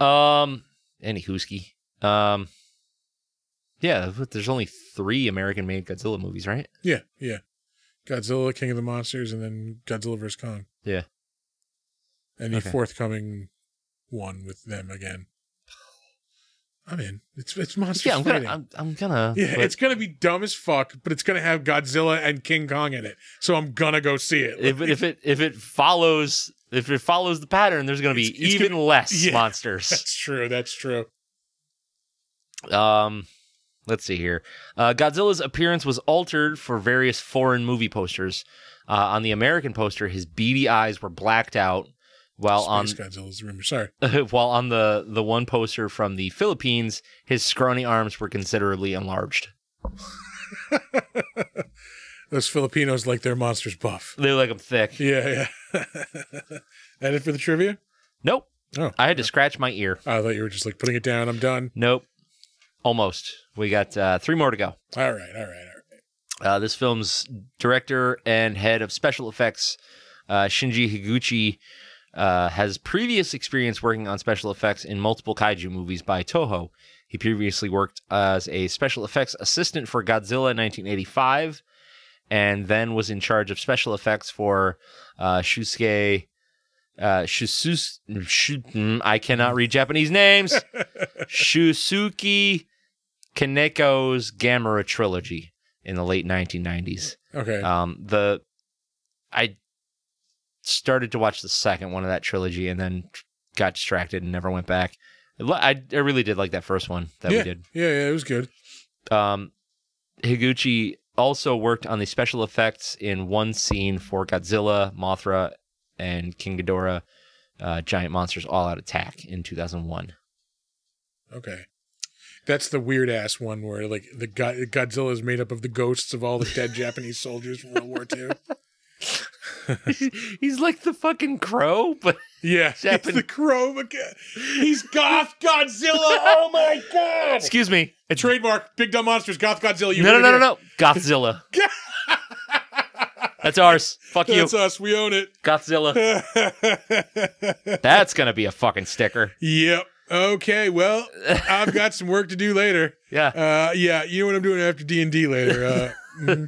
[SPEAKER 2] Um, any Hooski. Um, yeah. but There's only three American-made Godzilla movies, right?
[SPEAKER 1] Yeah, yeah. Godzilla, King of the Monsters, and then Godzilla vs. Kong.
[SPEAKER 2] Yeah.
[SPEAKER 1] And the
[SPEAKER 2] Okay.
[SPEAKER 1] forthcoming one with them again. I'm in. It's it's monsters
[SPEAKER 2] Yeah, I'm
[SPEAKER 1] fighting.
[SPEAKER 2] gonna. I'm, I'm gonna.
[SPEAKER 1] [LAUGHS] yeah,
[SPEAKER 2] but-
[SPEAKER 1] it's gonna be dumb as fuck, but it's gonna have Godzilla and King Kong in it. So I'm gonna go see it.
[SPEAKER 2] if, if it if it follows if it follows the pattern, there's going to be
[SPEAKER 1] It's- it's
[SPEAKER 2] even
[SPEAKER 1] [LAUGHS]
[SPEAKER 2] less
[SPEAKER 1] yeah.
[SPEAKER 2] monsters.
[SPEAKER 1] that's true. That's true.
[SPEAKER 2] Um, let's see here. Uh, Godzilla's appearance was altered for various foreign movie posters. Uh, on the American poster, his beady eyes were blacked out, while on [LAUGHS]
[SPEAKER 1] Space Godzilla's rumor. Sorry.
[SPEAKER 2] while on the the one poster from the Philippines, his scrawny arms were considerably enlarged.
[SPEAKER 1] Those Filipinos like their monsters buff.
[SPEAKER 2] They like them thick.
[SPEAKER 1] Yeah, yeah. [LAUGHS] that it for the trivia?
[SPEAKER 2] Nope.
[SPEAKER 1] Oh.
[SPEAKER 2] I had to scratch my ear.
[SPEAKER 1] I thought you were just like putting it down. I'm done.
[SPEAKER 2] Nope. Almost. We got uh, three more to go.
[SPEAKER 1] All right, all right, all right.
[SPEAKER 2] Uh, this film's director and head of special effects, uh, Shinji Higuchi, uh, has previous experience working on special effects in multiple kaiju movies by Toho. He previously worked as a special effects assistant for Godzilla in 1985, and then was in charge of special effects for uh, Shusuke. Uh, Shusus, Shu- mm, I cannot read Japanese names. Shusuke Kaneko's Gamera trilogy in the late 1990s.
[SPEAKER 1] [LAUGHS] Okay.
[SPEAKER 2] Um, the I started to watch the second one of that trilogy and then got distracted and never went back. I li- I, I really did like that first one that we did.
[SPEAKER 1] yeah, yeah, it was good.
[SPEAKER 2] Um, Higuchi also worked on the special effects in one scene for Godzilla, Mothra, and King Ghidorah, uh, Giant Monsters All Out Attack in 2001.
[SPEAKER 1] Okay. That's the weird ass one where like the go- Godzilla is made up of the ghosts of all the
[SPEAKER 2] [LAUGHS]
[SPEAKER 1] dead Japanese soldiers from World War II.
[SPEAKER 2] [LAUGHS] He's like the fucking crow, but
[SPEAKER 1] Yeah,
[SPEAKER 2] Japan-
[SPEAKER 1] it's the crow. but go- He's goth [LAUGHS] Godzilla. Oh my god!
[SPEAKER 2] excuse me, it's
[SPEAKER 1] Trademark Big Dumb Monsters Goth Godzilla. You
[SPEAKER 2] no, no,
[SPEAKER 1] heard it
[SPEAKER 2] no, no,
[SPEAKER 1] here.
[SPEAKER 2] no,
[SPEAKER 1] [LAUGHS]
[SPEAKER 2] Godzilla. That's ours. Fuck you,
[SPEAKER 1] That's us. We own it.
[SPEAKER 2] Godzilla.
[SPEAKER 1] [LAUGHS]
[SPEAKER 2] That's gonna be a fucking sticker.
[SPEAKER 1] yep. Okay. Well, I've got some work to do later.
[SPEAKER 2] Yeah.
[SPEAKER 1] Uh, yeah, you know what I'm doing after D and D later.
[SPEAKER 2] [LAUGHS]
[SPEAKER 1] Uh, mhm.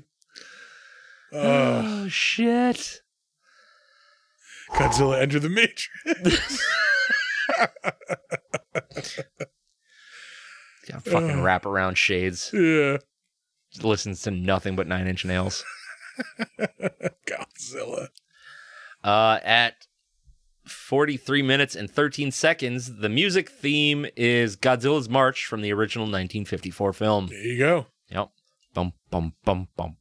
[SPEAKER 1] Uh,
[SPEAKER 2] oh shit.
[SPEAKER 1] Godzilla Enter the Matrix. [LAUGHS]
[SPEAKER 2] Yeah, fucking
[SPEAKER 1] Ugh.
[SPEAKER 2] wraparound shades.
[SPEAKER 1] yeah,
[SPEAKER 2] Listens to nothing but Nine Inch Nails.
[SPEAKER 1] Godzilla.
[SPEAKER 2] Uh, at 43 minutes and 13 seconds, the music theme is Godzilla's March from the original 1954 film.
[SPEAKER 1] There you go.
[SPEAKER 2] Bum bum bum bum.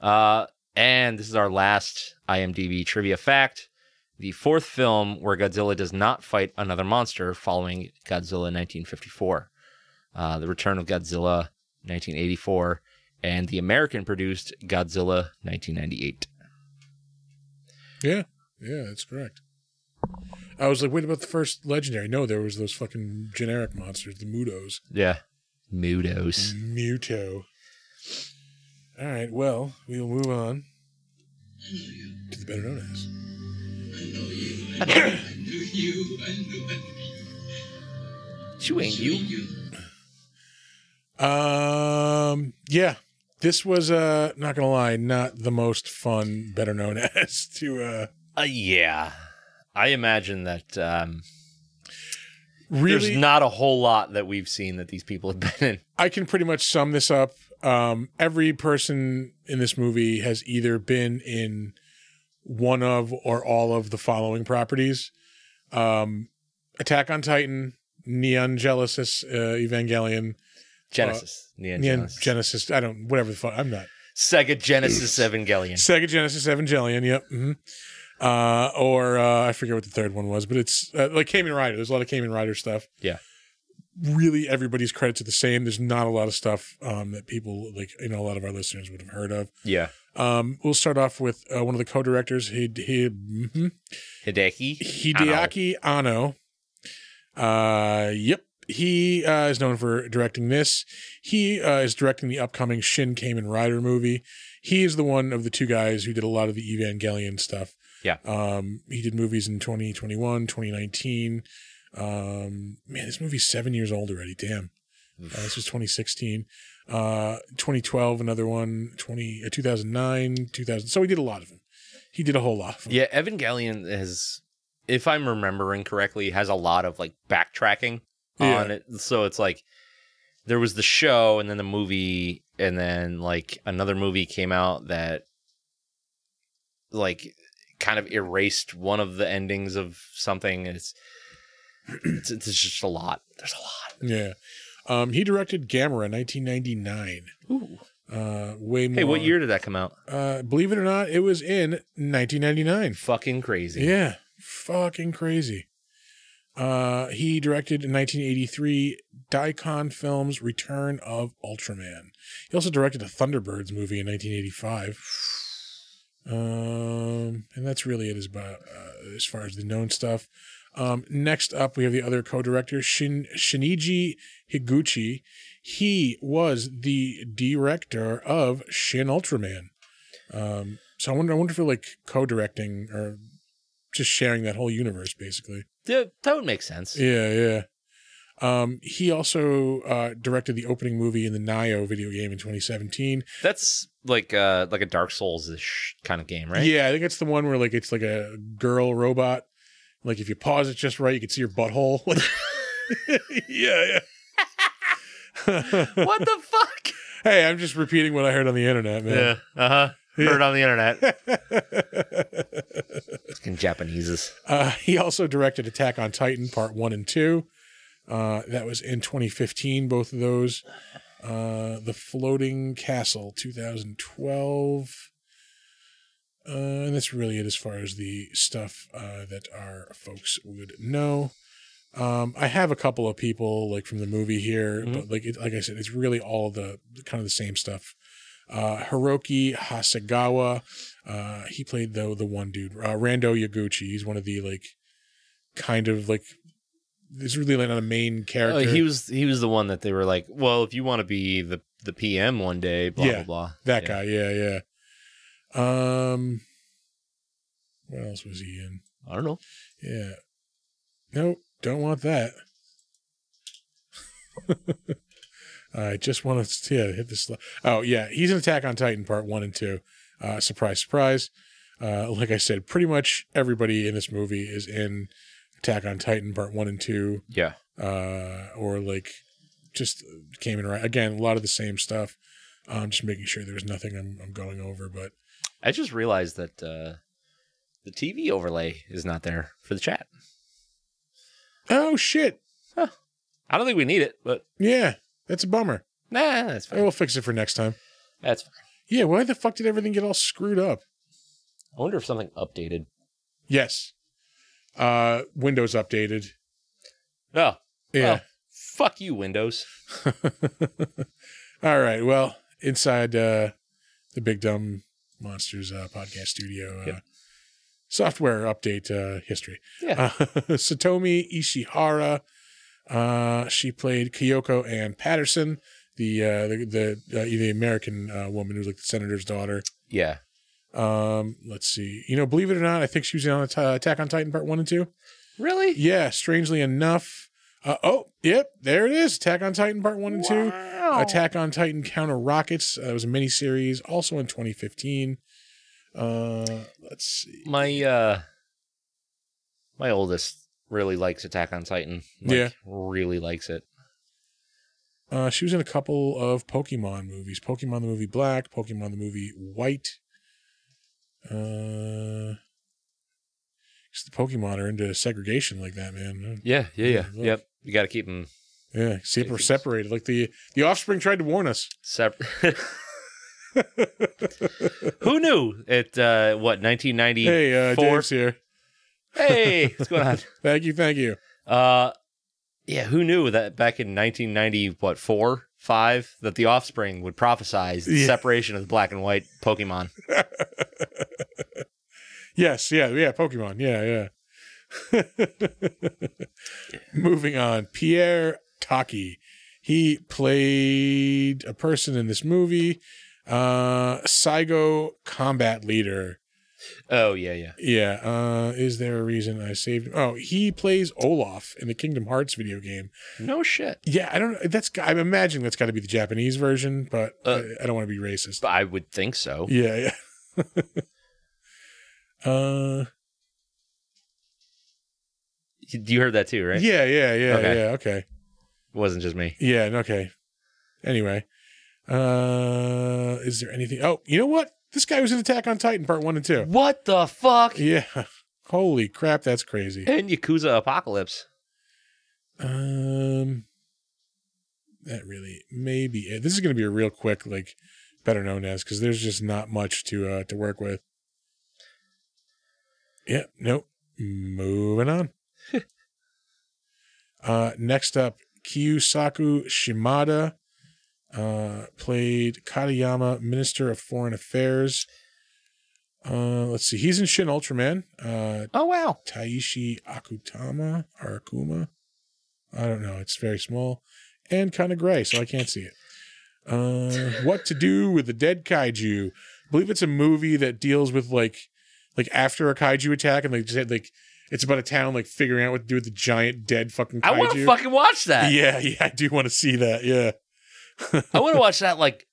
[SPEAKER 2] Uh, and this is our last IMDb trivia fact. The fourth film where Godzilla does not fight another monster following Godzilla 1954, uh, The Return of Godzilla 1984, and the American produced Godzilla 1998.
[SPEAKER 1] Yeah, yeah, that's correct. I was like, wait about the first legendary? No, there was those fucking generic monsters, the Mutos.
[SPEAKER 2] Yeah. Mudos.
[SPEAKER 1] Muto. All right, well, we'll move on to the better known as.
[SPEAKER 2] You ain't you.
[SPEAKER 1] Um, yeah, this was uh, not gonna lie, not the most fun better known [LAUGHS] as to uh
[SPEAKER 2] Uh, yeah. I imagine that um,
[SPEAKER 1] really
[SPEAKER 2] there's not a whole lot that we've seen that these people have been in.
[SPEAKER 1] I can pretty much sum this up. Um, every person in this movie has either been in one of or all of the following properties: um, Attack on Titan, Neon Genesis, uh, Evangelion,
[SPEAKER 2] Genesis. Neon
[SPEAKER 1] Neon
[SPEAKER 2] Genesis.
[SPEAKER 1] Genesis. I don't, whatever the fuck. I'm not
[SPEAKER 2] Sega Genesis Evangelion.
[SPEAKER 1] Sega Genesis Evangelion. Yep. mhm. Uh, or uh, I forget what the third one was, but it's uh, like Kamen Rider. There's a lot of Kamen Rider stuff.
[SPEAKER 2] Yeah.
[SPEAKER 1] Really, everybody's credits are the same. There's not a lot of stuff um, that people like. You know, a lot of our listeners would have heard of.
[SPEAKER 2] Yeah.
[SPEAKER 1] Um, we'll start off with uh, one of the co-directors, Hid- Hid- mhm,
[SPEAKER 2] Hideki.
[SPEAKER 1] Hideaki Anno. Uh, yep, he uh, is known for directing this. He uh, is directing the upcoming Shin Kamen Rider movie. He is the one of the two guys who did a lot of the Evangelion stuff.
[SPEAKER 2] Yeah.
[SPEAKER 1] Um, he did movies in 2021, 2019. Um, man, this movie's seven years old already. Damn. Uh, this was 2016. Uh, 2012, another one. 20, uh, 2009, 2000. So he did a lot of them. He did a whole lot of them.
[SPEAKER 2] Yeah, Evangelion has, if I'm remembering correctly, has a lot of like backtracking
[SPEAKER 1] Yeah.
[SPEAKER 2] on it. So it's like there was the show and then the movie, and then like another movie came out that like kind of erased one of the endings of something. And it's, it's, it's just a lot. There's a lot.
[SPEAKER 1] Yeah. Um, he directed Gamera 1999.
[SPEAKER 2] Ooh.
[SPEAKER 1] Uh, way more.
[SPEAKER 2] Hey, what year did that come out?
[SPEAKER 1] Uh, believe it or not, it was in 1999.
[SPEAKER 2] Fucking crazy.
[SPEAKER 1] Yeah. Fucking crazy. Uh, he directed in 1983 Daikon Films' Return of Ultraman. He also directed a Thunderbirds movie in 1985. Um, and that's really it as, by, uh, as far as the known stuff. Um, next up, we have the other co director, Shin- Shinichi Higuchi. He was the director of Shin Ultraman. Um, so I wonder, I wonder if they're like co directing or just sharing that whole universe, basically.
[SPEAKER 2] Yeah, that would make sense.
[SPEAKER 1] Yeah, yeah. Um, he also uh, directed the opening movie in the Nio video game in 2017.
[SPEAKER 2] That's like uh like a Dark Souls ish kind of game, right?
[SPEAKER 1] Yeah, I think it's the one where like it's like a girl robot. Like if you pause it just right, you can see your butthole. [LAUGHS] Like, yeah, yeah.
[SPEAKER 2] what the [LAUGHS] fuck?
[SPEAKER 1] hey, I'm just repeating what I heard on the internet, man.
[SPEAKER 2] Uh huh.
[SPEAKER 1] Yeah.
[SPEAKER 2] Heard on the internet. Fucking Japaneses.
[SPEAKER 1] Uh, he also directed Attack on Titan Part 1 and 2. Uh, that was in 2015, both of those. Uh, the Floating Castle, 2012. Uh, and that's really it as far as the stuff uh, that our folks would know. Um, I have a couple of people like from the movie here,
[SPEAKER 2] Mhm.
[SPEAKER 1] but like it, like I said, it's really all the kind of the same stuff. Uh, Hiroki Hasegawa, uh, he played though the one dude, uh, Rando Yaguchi. He's one of the like kind of like he's really like not a main
[SPEAKER 2] Oh,
[SPEAKER 1] character.
[SPEAKER 2] he was he was the one that they were like, well, if you want to be the the PM one day, blah
[SPEAKER 1] Yeah,
[SPEAKER 2] blah blah.
[SPEAKER 1] That
[SPEAKER 2] Yeah.
[SPEAKER 1] guy, yeah, yeah. Um, what else was he in?
[SPEAKER 2] I don't know.
[SPEAKER 1] Yeah. Nope, don't want that. [LAUGHS] I just want to yeah, hit this. li- Oh yeah, he's in Attack on Titan Part One and Two. Uh, surprise, surprise. Uh, like I said, pretty much everybody in this movie is in Attack on Titan Part One and Two
[SPEAKER 2] Yeah.
[SPEAKER 1] uh, or like just came in right again. A lot of the same stuff. I'm just making sure there's nothing I'm, I'm going over, but
[SPEAKER 2] I just realized that uh the TV overlay is not there for the chat.
[SPEAKER 1] oh shit,
[SPEAKER 2] I don't think we need it, but
[SPEAKER 1] yeah, that's a bummer.
[SPEAKER 2] nah, that's
[SPEAKER 1] I
[SPEAKER 2] fine.
[SPEAKER 1] will fix it for next time.
[SPEAKER 2] That's fine.
[SPEAKER 1] Yeah, why the fuck did everything get all screwed up?
[SPEAKER 2] I wonder if something updated.
[SPEAKER 1] Yes, uh, Windows updated.
[SPEAKER 2] Oh,
[SPEAKER 1] Yeah.
[SPEAKER 2] Oh. fuck you, Windows.
[SPEAKER 1] all right. Well, inside uh, the Big Dumb Monsters uh, podcast studio. Uh,
[SPEAKER 2] Yep.
[SPEAKER 1] Software update uh, history.
[SPEAKER 2] Yeah.
[SPEAKER 1] Uh, [LAUGHS] Satomi Ishihara. Uh, she played Kyoko Ann Patterson, the uh, the the, uh, the American uh, woman who's like the senator's daughter.
[SPEAKER 2] yeah.
[SPEAKER 1] Um, let's see. You know, believe it or not, I think she was on At- Attack on Titan Part One and Two.
[SPEAKER 2] Really?
[SPEAKER 1] Yeah, strangely enough. Uh, oh, yep, there it is. Attack on Titan Part One and Two.
[SPEAKER 2] Wow.
[SPEAKER 1] Attack on Titan Counter Rockets. Uh, it was a miniseries, also in 2015. Uh, let's see.
[SPEAKER 2] my uh my oldest really likes Attack on Titan. Like,
[SPEAKER 1] Yeah.
[SPEAKER 2] Really likes it.
[SPEAKER 1] Uh, she was in a couple of Pokemon movies: Pokemon the movie Black, Pokemon the movie White. Uh, 'cause the Pokemon are into segregation like that, man.
[SPEAKER 2] Yeah, yeah,
[SPEAKER 1] yeah. Yep.
[SPEAKER 2] Mm-hmm. You got to keep them
[SPEAKER 1] Yeah, see, we're
[SPEAKER 2] Jesus.
[SPEAKER 1] separated. Like the the offspring tried to warn us.
[SPEAKER 2] [LAUGHS] separate. Who knew at uh, what 1990? Hey.
[SPEAKER 1] Hey, uh,
[SPEAKER 2] Four.
[SPEAKER 1] James here. [LAUGHS]
[SPEAKER 2] what's going on?
[SPEAKER 1] Thank you, thank you.
[SPEAKER 2] Uh, yeah, who knew that back in 1990, what four, five, that the offspring would prophesize the
[SPEAKER 1] Yeah.
[SPEAKER 2] separation of the black and white Pokemon?
[SPEAKER 1] Yes, yeah, yeah, Pokemon. Yeah, yeah. [LAUGHS] Moving on. Pierre Taki. He played a person in this movie, uh Saigo combat leader.
[SPEAKER 2] Oh yeah, yeah.
[SPEAKER 1] Yeah, uh is there a reason I saved him? Oh, he plays Olaf in the Kingdom Hearts video game.
[SPEAKER 2] No shit.
[SPEAKER 1] Yeah, I don't that's I'm imagining that's got to be the Japanese version, but
[SPEAKER 2] Uh,
[SPEAKER 1] I, I don't want to be racist.
[SPEAKER 2] I would think so.
[SPEAKER 1] Yeah, [LAUGHS] yeah. uh
[SPEAKER 2] You heard that too, right?
[SPEAKER 1] Yeah, yeah, yeah,
[SPEAKER 2] Okay.
[SPEAKER 1] yeah. Okay.
[SPEAKER 2] It wasn't just me.
[SPEAKER 1] Yeah, and okay. Anyway, uh is there anything? Oh, you know what? This guy was in Attack on Titan Part One and Two.
[SPEAKER 2] What the fuck?
[SPEAKER 1] Yeah. [LAUGHS] Holy crap, that's crazy.
[SPEAKER 2] [LAUGHS] And Yakuza Apocalypse.
[SPEAKER 1] Um, that really may be it. This is going to be a real quick, like, better known as because there's just not much to uh to work with. Yeah. Nope. Moving on. Uh, next up, Kiyosaku Shimada uh, played Katayama, Minister of Foreign Affairs. Uh, let's see. He's in Shin Ultraman. Uh,
[SPEAKER 2] Oh wow.
[SPEAKER 1] Taishi Akutama or Akuma. I don't know. It's very small and kind of gray, so I can't see it. Uh, what to do with the dead kaiju? I believe it's a movie that deals with like, like after a kaiju attack, and they just had like, it's about a town like figuring out what to do with the giant dead fucking kaiju.
[SPEAKER 2] I want to fucking watch that.
[SPEAKER 1] yeah, yeah, I do want to see that. Yeah,
[SPEAKER 2] I want to watch that like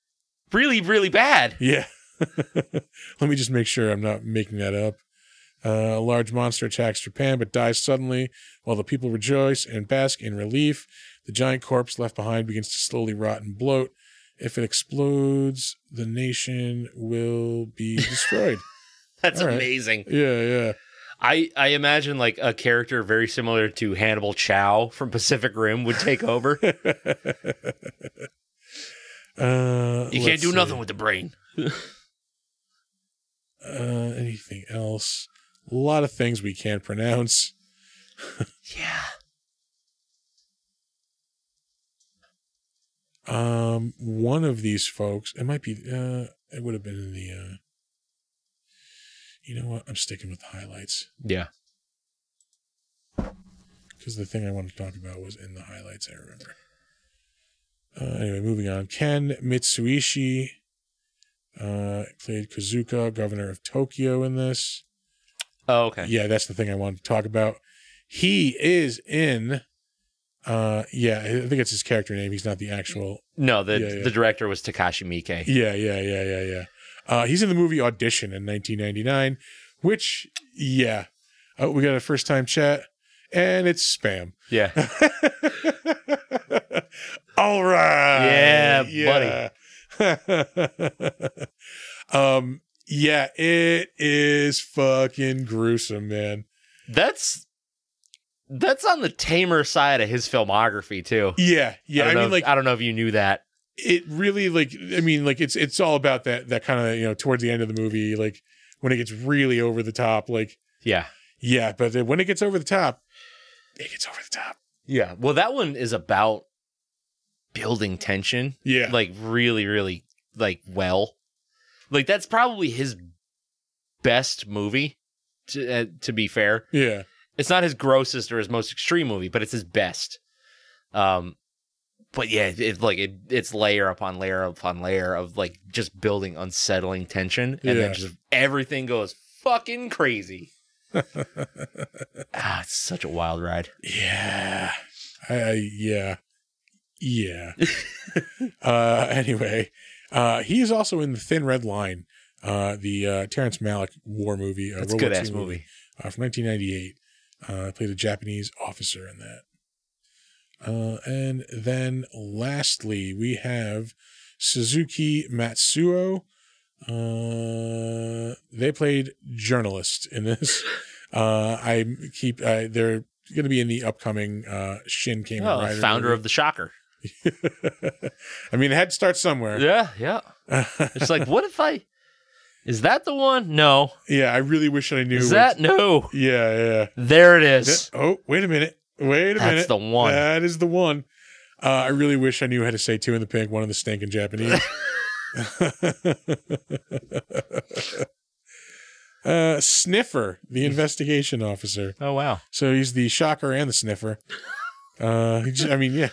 [SPEAKER 2] really really bad. [LAUGHS]
[SPEAKER 1] yeah. [LAUGHS] Let me just make sure I'm not making that up. Uh, a large monster attacks Japan but dies suddenly while the people rejoice and bask in relief. The giant corpse left behind begins to slowly rot and bloat. If it explodes, the nation will be [LAUGHS] destroyed.
[SPEAKER 2] That's
[SPEAKER 1] All right.
[SPEAKER 2] amazing.
[SPEAKER 1] yeah, yeah.
[SPEAKER 2] I I imagine like a character very similar to Hannibal Chow from Pacific Rim would
[SPEAKER 1] [LAUGHS]
[SPEAKER 2] take over. you
[SPEAKER 1] Uh,
[SPEAKER 2] can't
[SPEAKER 1] let's
[SPEAKER 2] do
[SPEAKER 1] see.
[SPEAKER 2] nothing with the brain.
[SPEAKER 1] Uh, anything else? A lot of things we can't pronounce.
[SPEAKER 2] Yeah.
[SPEAKER 1] Um, one of these folks, it might be, uh, it would have been in the, uh, you know what? I'm sticking with the highlights
[SPEAKER 2] Yeah.
[SPEAKER 1] because the thing I wanted to talk about was in the highlights. I remember. Uh, anyway, moving on. Ken Mitsuishi uh, played Kazuka, governor of Tokyo, in this.
[SPEAKER 2] Oh okay.
[SPEAKER 1] Yeah, that's the thing I wanted to talk about. He is in. Uh, yeah, I think it's his character name. He's not the actual
[SPEAKER 2] No, the
[SPEAKER 1] Yeah, yeah.
[SPEAKER 2] the director was Takashi Miike.
[SPEAKER 1] Yeah, yeah, yeah, yeah, yeah. Uh, he's in the movie Audition in 1999, which, yeah, uh, we got a first time chat, and it's spam. [LAUGHS]
[SPEAKER 2] Yeah.
[SPEAKER 1] All right.
[SPEAKER 2] Yeah,
[SPEAKER 1] buddy. [LAUGHS] um, yeah, it is fucking gruesome, man.
[SPEAKER 2] That's that's on the tamer side of his filmography too.
[SPEAKER 1] Yeah, yeah. I,
[SPEAKER 2] I, don't know
[SPEAKER 1] mean,
[SPEAKER 2] if-
[SPEAKER 1] like,
[SPEAKER 2] I don't know if you knew that.
[SPEAKER 1] it really, like, I mean, like, it's it's all about that that kind of you know towards the end of the movie, like when it gets really over the top, like
[SPEAKER 2] Yeah.
[SPEAKER 1] Yeah, but then when it gets over the top, it gets over the top.
[SPEAKER 2] Yeah. Well, that one is about building tension,
[SPEAKER 1] Yeah.
[SPEAKER 2] like really, really, like well, like that's probably his best movie. To uh, to be fair,
[SPEAKER 1] yeah.
[SPEAKER 2] it's not his grossest or his most extreme movie, but it's his best. Um, but yeah, it, it- like it, it's layer upon layer upon layer of like just building unsettling tension, and
[SPEAKER 1] Yeah.
[SPEAKER 2] then just everything goes
[SPEAKER 1] [LAUGHS]
[SPEAKER 2] fucking crazy. ah, it's such a wild ride.
[SPEAKER 1] Yeah. I, I- yeah.
[SPEAKER 2] [LAUGHS]
[SPEAKER 1] Yeah. uh anyway, uh he is also in The Thin Red Line, uh the uh Terrence Malick war movie, uh,
[SPEAKER 2] That's a
[SPEAKER 1] World War
[SPEAKER 2] good ass
[SPEAKER 1] II
[SPEAKER 2] movie.
[SPEAKER 1] uh, from 1998. Uh, I played a Japanese officer in that. Uh, and then lastly, we have Suzuki Matsuo. Uh, they played journalist in
[SPEAKER 2] [LAUGHS]
[SPEAKER 1] this. Uh, I keep uh, they're going to be in the upcoming uh, Shin Kamen
[SPEAKER 2] Oh,
[SPEAKER 1] Rider
[SPEAKER 2] founder of the Shocker.
[SPEAKER 1] of. [LAUGHS] I mean, it had to start somewhere.
[SPEAKER 2] Yeah, yeah. It's like, what if I? Is that the one? No.
[SPEAKER 1] [LAUGHS] yeah, I really wish I knew.
[SPEAKER 2] Is
[SPEAKER 1] what-
[SPEAKER 2] that no?
[SPEAKER 1] Yeah, yeah.
[SPEAKER 2] There it is.
[SPEAKER 1] Th- oh, wait a minute. Wait a minute.
[SPEAKER 2] That's the one.
[SPEAKER 1] That is the one. Uh, I really wish I knew how to say two in the pink, one in the stink in
[SPEAKER 2] [LAUGHS]
[SPEAKER 1] Japanese. [LAUGHS] uh, sniffer, the investigation officer.
[SPEAKER 2] oh wow.
[SPEAKER 1] So he's the shocker and the
[SPEAKER 2] [LAUGHS]
[SPEAKER 1] sniffer. Uh, he j- I mean, yeah.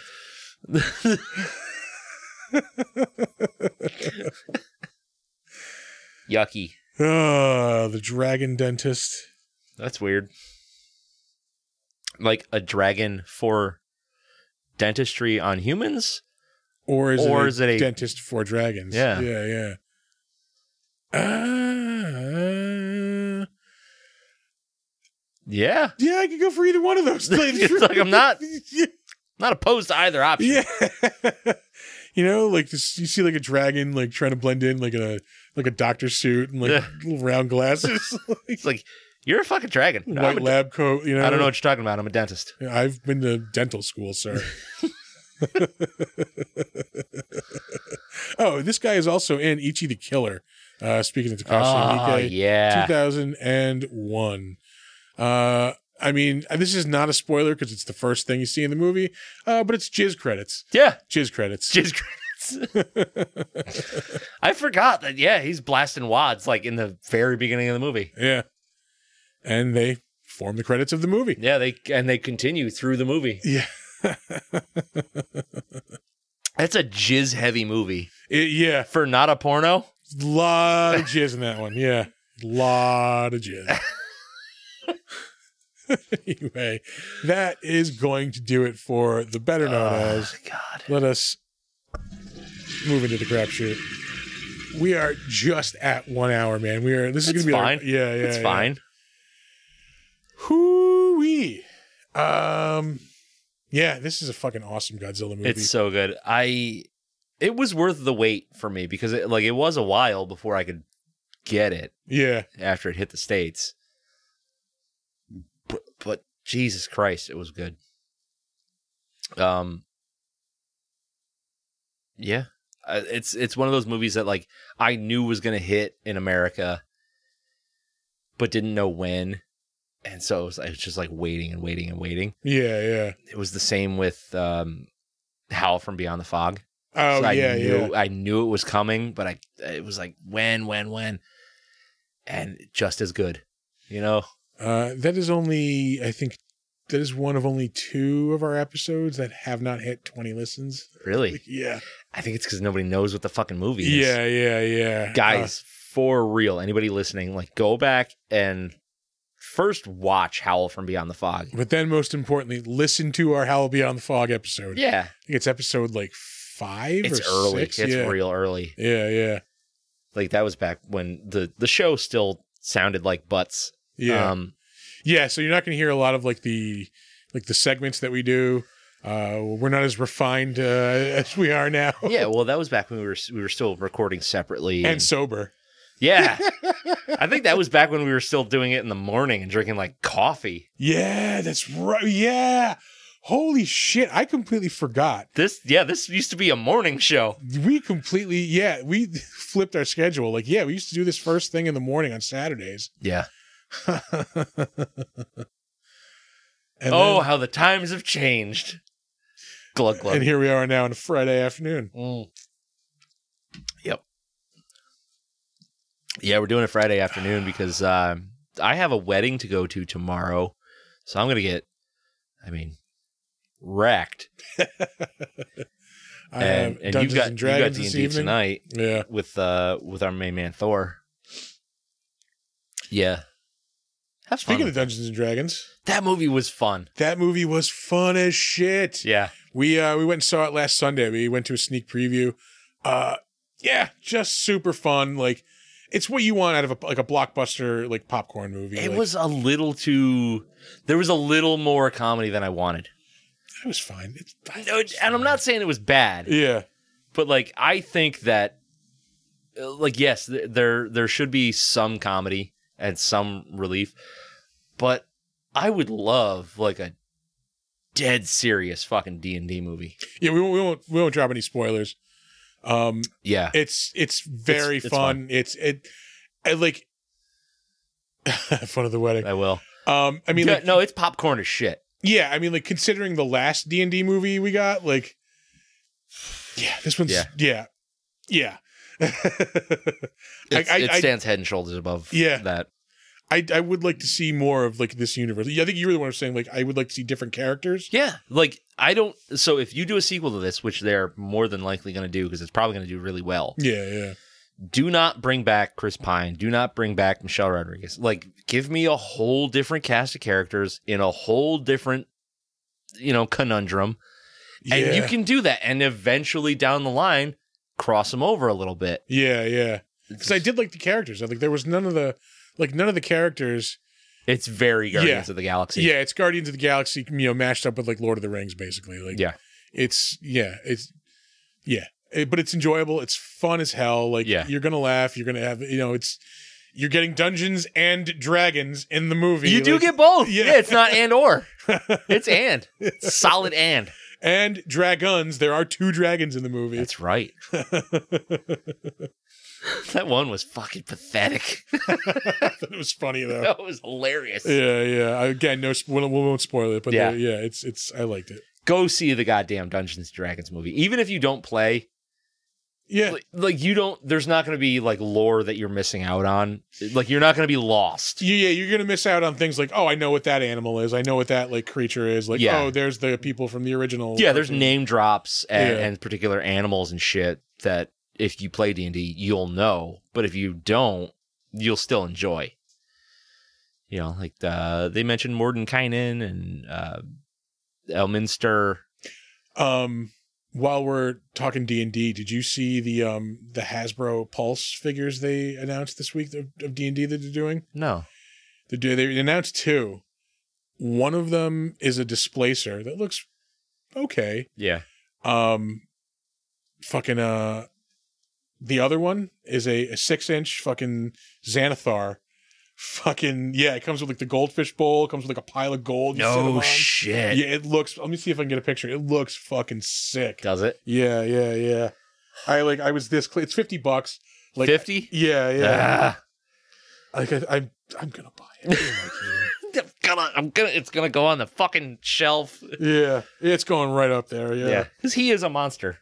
[SPEAKER 2] Yucky.
[SPEAKER 1] Uh, the dragon dentist.
[SPEAKER 2] That's weird. Like a dragon for dentistry on humans?
[SPEAKER 1] Or is,
[SPEAKER 2] Or
[SPEAKER 1] it, a
[SPEAKER 2] is it a-
[SPEAKER 1] dentist for dragons?
[SPEAKER 2] Yeah.
[SPEAKER 1] Yeah, yeah. Uh,
[SPEAKER 2] Yeah.
[SPEAKER 1] yeah, I could go for either one of
[SPEAKER 2] [LAUGHS]
[SPEAKER 1] those things.
[SPEAKER 2] It's like I'm not-
[SPEAKER 1] [LAUGHS] Yeah.
[SPEAKER 2] Not opposed to either option.
[SPEAKER 1] Yeah. [LAUGHS] you know, like this, you see like a dragon like trying to blend in like in a like a doctor suit and like
[SPEAKER 2] Yeah.
[SPEAKER 1] [LAUGHS] little round glasses, [LAUGHS] like
[SPEAKER 2] It's like, you're a fucking dragon. I'm
[SPEAKER 1] white
[SPEAKER 2] a-
[SPEAKER 1] lab coat, you know.
[SPEAKER 2] I don't know what you're talking about. I'm a dentist.
[SPEAKER 1] I've been to dental school,
[SPEAKER 2] [LAUGHS]
[SPEAKER 1] sir. [LAUGHS] oh, this guy is also in Ichi the Killer.
[SPEAKER 2] Ah,
[SPEAKER 1] Uh speaking of Takashi
[SPEAKER 2] Oh,
[SPEAKER 1] Miike,
[SPEAKER 2] yeah.
[SPEAKER 1] 2001. Uh I mean, this is not a spoiler because it's the first thing you see in the movie, uh, but it's jizz credits.
[SPEAKER 2] Yeah.
[SPEAKER 1] Jizz
[SPEAKER 2] [LAUGHS]
[SPEAKER 1] credits.
[SPEAKER 2] Jizz credits. I forgot that. Yeah, he's blasting wads like in the very beginning of the movie.
[SPEAKER 1] Yeah. And they form the credits of the movie.
[SPEAKER 2] Yeah, they and they continue through the movie.
[SPEAKER 1] Yeah.
[SPEAKER 2] [LAUGHS] That's a jizz heavy movie
[SPEAKER 1] It- yeah.
[SPEAKER 2] for not a porno.
[SPEAKER 1] Lot of jizz in that one. Yeah. Lot of
[SPEAKER 2] [LAUGHS]
[SPEAKER 1] jizz. [LAUGHS] anyway, that is going to do it for the better known as
[SPEAKER 2] Oh, God.
[SPEAKER 1] let us move into the crapshoot. We are just at one hour, man. We are. This is
[SPEAKER 2] It's
[SPEAKER 1] gonna be
[SPEAKER 2] fine.
[SPEAKER 1] Like, yeah, yeah,
[SPEAKER 2] it's
[SPEAKER 1] yeah.
[SPEAKER 2] fine.
[SPEAKER 1] Hoo-wee. Um, yeah, this is a fucking awesome Godzilla movie.
[SPEAKER 2] It's so good. I it was worth the wait for me because it, like it was a while before I could get it
[SPEAKER 1] yeah,
[SPEAKER 2] after it hit the states. But, but Jesus Christ, it was good. Um Yeah. Uh, It's it's one of those movies that like I knew was going to hit in America but didn't know when. And so it was, I was just like waiting and waiting and waiting.
[SPEAKER 1] yeah, yeah.
[SPEAKER 2] It was the same with um Howl from Beyond the Fog.
[SPEAKER 1] Oh
[SPEAKER 2] So I
[SPEAKER 1] yeah,
[SPEAKER 2] knew,
[SPEAKER 1] yeah.
[SPEAKER 2] I knew it was coming, but I it was like when, when, when, and just as good, you know.
[SPEAKER 1] Uh, that is only, I think, that is one of only two of our episodes that have not hit twenty listens.
[SPEAKER 2] Really,
[SPEAKER 1] Yeah,
[SPEAKER 2] I think it's because nobody knows what the fucking movie is.
[SPEAKER 1] yeah, yeah, yeah.
[SPEAKER 2] guys, for real, anybody listening, like go back and first watch Howl from Beyond the Fog.
[SPEAKER 1] Uh, but then, most importantly, listen to our Howl Beyond the Fog episode.
[SPEAKER 2] Yeah,
[SPEAKER 1] I think it's episode like five.
[SPEAKER 2] it's
[SPEAKER 1] or
[SPEAKER 2] early.
[SPEAKER 1] six?
[SPEAKER 2] It's
[SPEAKER 1] yeah.
[SPEAKER 2] real early.
[SPEAKER 1] Yeah, yeah,
[SPEAKER 2] Like that was back when the the show still sounded like butts.
[SPEAKER 1] yeah,
[SPEAKER 2] Um,
[SPEAKER 1] yeah. So you're not going to hear a lot of like the like the segments that we do. Uh, we're not as refined uh, [LAUGHS] as we are now,
[SPEAKER 2] yeah. Well, that was back when we were we were still recording separately
[SPEAKER 1] and sober.
[SPEAKER 2] [LAUGHS] Yeah. I think that was back when we were still doing it in the morning and drinking like coffee.
[SPEAKER 1] Yeah, that's right. Yeah, holy shit! I completely forgot.
[SPEAKER 2] This yeah, this used to be a morning show.
[SPEAKER 1] We completely yeah we [LAUGHS] flipped our schedule. Like yeah, we used to do this first thing in the morning on Saturdays. [LAUGHS]
[SPEAKER 2] Yeah.
[SPEAKER 1] And
[SPEAKER 2] oh,
[SPEAKER 1] then-
[SPEAKER 2] how the times have changed. Glug glug.
[SPEAKER 1] and here we are now on a Friday afternoon.
[SPEAKER 2] Mm. Yep. Yeah, we're doing it Friday afternoon because uh, I have a wedding to go to tomorrow. So I'm going to get, I mean, wrecked.
[SPEAKER 1] I
[SPEAKER 2] And,
[SPEAKER 1] have Dungeons
[SPEAKER 2] and you've got,
[SPEAKER 1] and
[SPEAKER 2] you got
[SPEAKER 1] Dragons
[SPEAKER 2] D&D
[SPEAKER 1] this evening.
[SPEAKER 2] tonight.
[SPEAKER 1] Yeah.
[SPEAKER 2] with uh with our main man Thor. Yeah. Have fun.
[SPEAKER 1] Speaking of Dungeons and Dragons,
[SPEAKER 2] that movie was fun.
[SPEAKER 1] that movie was fun as shit.
[SPEAKER 2] Yeah.
[SPEAKER 1] We uh, we went and saw it last Sunday. We went to a sneak preview. Uh, yeah, just super fun. Like it's what you want out of a like a blockbuster like popcorn movie.
[SPEAKER 2] It
[SPEAKER 1] Like,
[SPEAKER 2] was a little too there was a little more comedy than I wanted.
[SPEAKER 1] it was fine. It's,
[SPEAKER 2] No, And I'm not saying it was bad,
[SPEAKER 1] yeah,
[SPEAKER 2] but like I think that uh, like yes, th- there there should be some comedy and some relief, but I would love like a dead serious fucking D&D movie.
[SPEAKER 1] yeah. We won't we won't we won't drop any spoilers. Um,
[SPEAKER 2] Yeah.
[SPEAKER 1] it's it's very
[SPEAKER 2] It's- it's
[SPEAKER 1] fun. It's it, I like [LAUGHS] fun of the wedding.
[SPEAKER 2] I will.
[SPEAKER 1] Um, I mean,
[SPEAKER 2] Yeah,
[SPEAKER 1] like,
[SPEAKER 2] no, it's popcorn as shit.
[SPEAKER 1] yeah, I mean, like considering the last D and D movie we got, like, yeah, this one's
[SPEAKER 2] Yeah.
[SPEAKER 1] yeah, yeah. [LAUGHS]
[SPEAKER 2] It's-
[SPEAKER 1] I-
[SPEAKER 2] it
[SPEAKER 1] I-
[SPEAKER 2] stands head and shoulders above
[SPEAKER 1] Yeah.
[SPEAKER 2] that.
[SPEAKER 1] I I would like to see more of like this universe. Yeah, I think you were the one who was saying like I would like to see different characters.
[SPEAKER 2] Yeah. Like, I don't. So, if you do a sequel to this, which they're more than likely going to do because it's probably going to do really well,
[SPEAKER 1] Yeah, yeah,
[SPEAKER 2] do not bring back Chris Pine. Do not bring back Michelle Rodriguez. Like, give me a whole different cast of characters in a whole different, you know, conundrum.
[SPEAKER 1] yeah,
[SPEAKER 2] And you can do that. And eventually down the line, cross them over a little bit.
[SPEAKER 1] yeah, yeah. Because I did like the characters. I like there was none of the like none of the characters.
[SPEAKER 2] It's very Guardians of the Galaxy.
[SPEAKER 1] Yeah, it's Guardians of the Galaxy, you know, mashed up with like Lord of the Rings, basically. Like,
[SPEAKER 2] Yeah.
[SPEAKER 1] it's yeah, it's yeah, It- but it's enjoyable. It's fun as hell. Like,
[SPEAKER 2] Yeah.
[SPEAKER 1] you're gonna laugh. You're gonna have you know, it's you're getting Dungeons and Dragons in the movie.
[SPEAKER 2] You do
[SPEAKER 1] Like,
[SPEAKER 2] get
[SPEAKER 1] [LAUGHS]
[SPEAKER 2] both.
[SPEAKER 1] Yeah. [LAUGHS]
[SPEAKER 2] yeah, it's not and or. It's and. Solid and.
[SPEAKER 1] and dragons. There are two dragons in the movie. [LAUGHS]
[SPEAKER 2] [LAUGHS] That's right. that one was fucking pathetic. [LAUGHS]
[SPEAKER 1] it was funny though.
[SPEAKER 2] that was hilarious.
[SPEAKER 1] yeah, yeah. Again, no, sp- we won't- we won't spoil it, but
[SPEAKER 2] Yeah.
[SPEAKER 1] yeah, yeah it's it's. I liked it.
[SPEAKER 2] Go see the goddamn Dungeons and Dragons movie. Even if you don't play,
[SPEAKER 1] Yeah,
[SPEAKER 2] like, like you don't there's not going to be like lore that you're missing out on. Like you're not going to be lost.
[SPEAKER 1] You- yeah, you're gonna miss out on things like, oh, I know what that animal is. I know what that like creature is. Like,
[SPEAKER 2] Yeah.
[SPEAKER 1] oh, there's the people from the original.
[SPEAKER 2] yeah there's
[SPEAKER 1] cartoon.
[SPEAKER 2] name drops and,
[SPEAKER 1] Yeah.
[SPEAKER 2] and particular animals and shit that if you play d&d you'll know but if you don't you'll still enjoy you know like the, they mentioned mordenkainen and uh, elminster
[SPEAKER 1] Um, while we're talking D and D, did you see the um the Hasbro Pulse figures they announced this week of D and D that they're doing?
[SPEAKER 2] no
[SPEAKER 1] They do. They announced two. One of them is a displacer that looks okay.
[SPEAKER 2] yeah
[SPEAKER 1] Um, fucking uh, the other one is a, a six-inch fucking Xanathar. Fucking yeah, it comes with like the goldfish bowl. It comes with like a pile of gold. you sit them
[SPEAKER 2] no
[SPEAKER 1] on.
[SPEAKER 2] shit
[SPEAKER 1] yeah, it looks. Let me see if I can get a picture. It looks fucking sick.
[SPEAKER 2] does it
[SPEAKER 1] Yeah, yeah, yeah. I like. I was this. Cl- it's fifty bucks. Like
[SPEAKER 2] 50
[SPEAKER 1] Yeah, yeah.
[SPEAKER 2] Ah.
[SPEAKER 1] Like I, I'm, I'm gonna buy it. I'm like, [LAUGHS] yeah.
[SPEAKER 2] [LAUGHS] I'm gonna, I'm gonna, it's gonna go on the fucking shelf.
[SPEAKER 1] Yeah, it's going right up there. Yeah.
[SPEAKER 2] because he is a monster.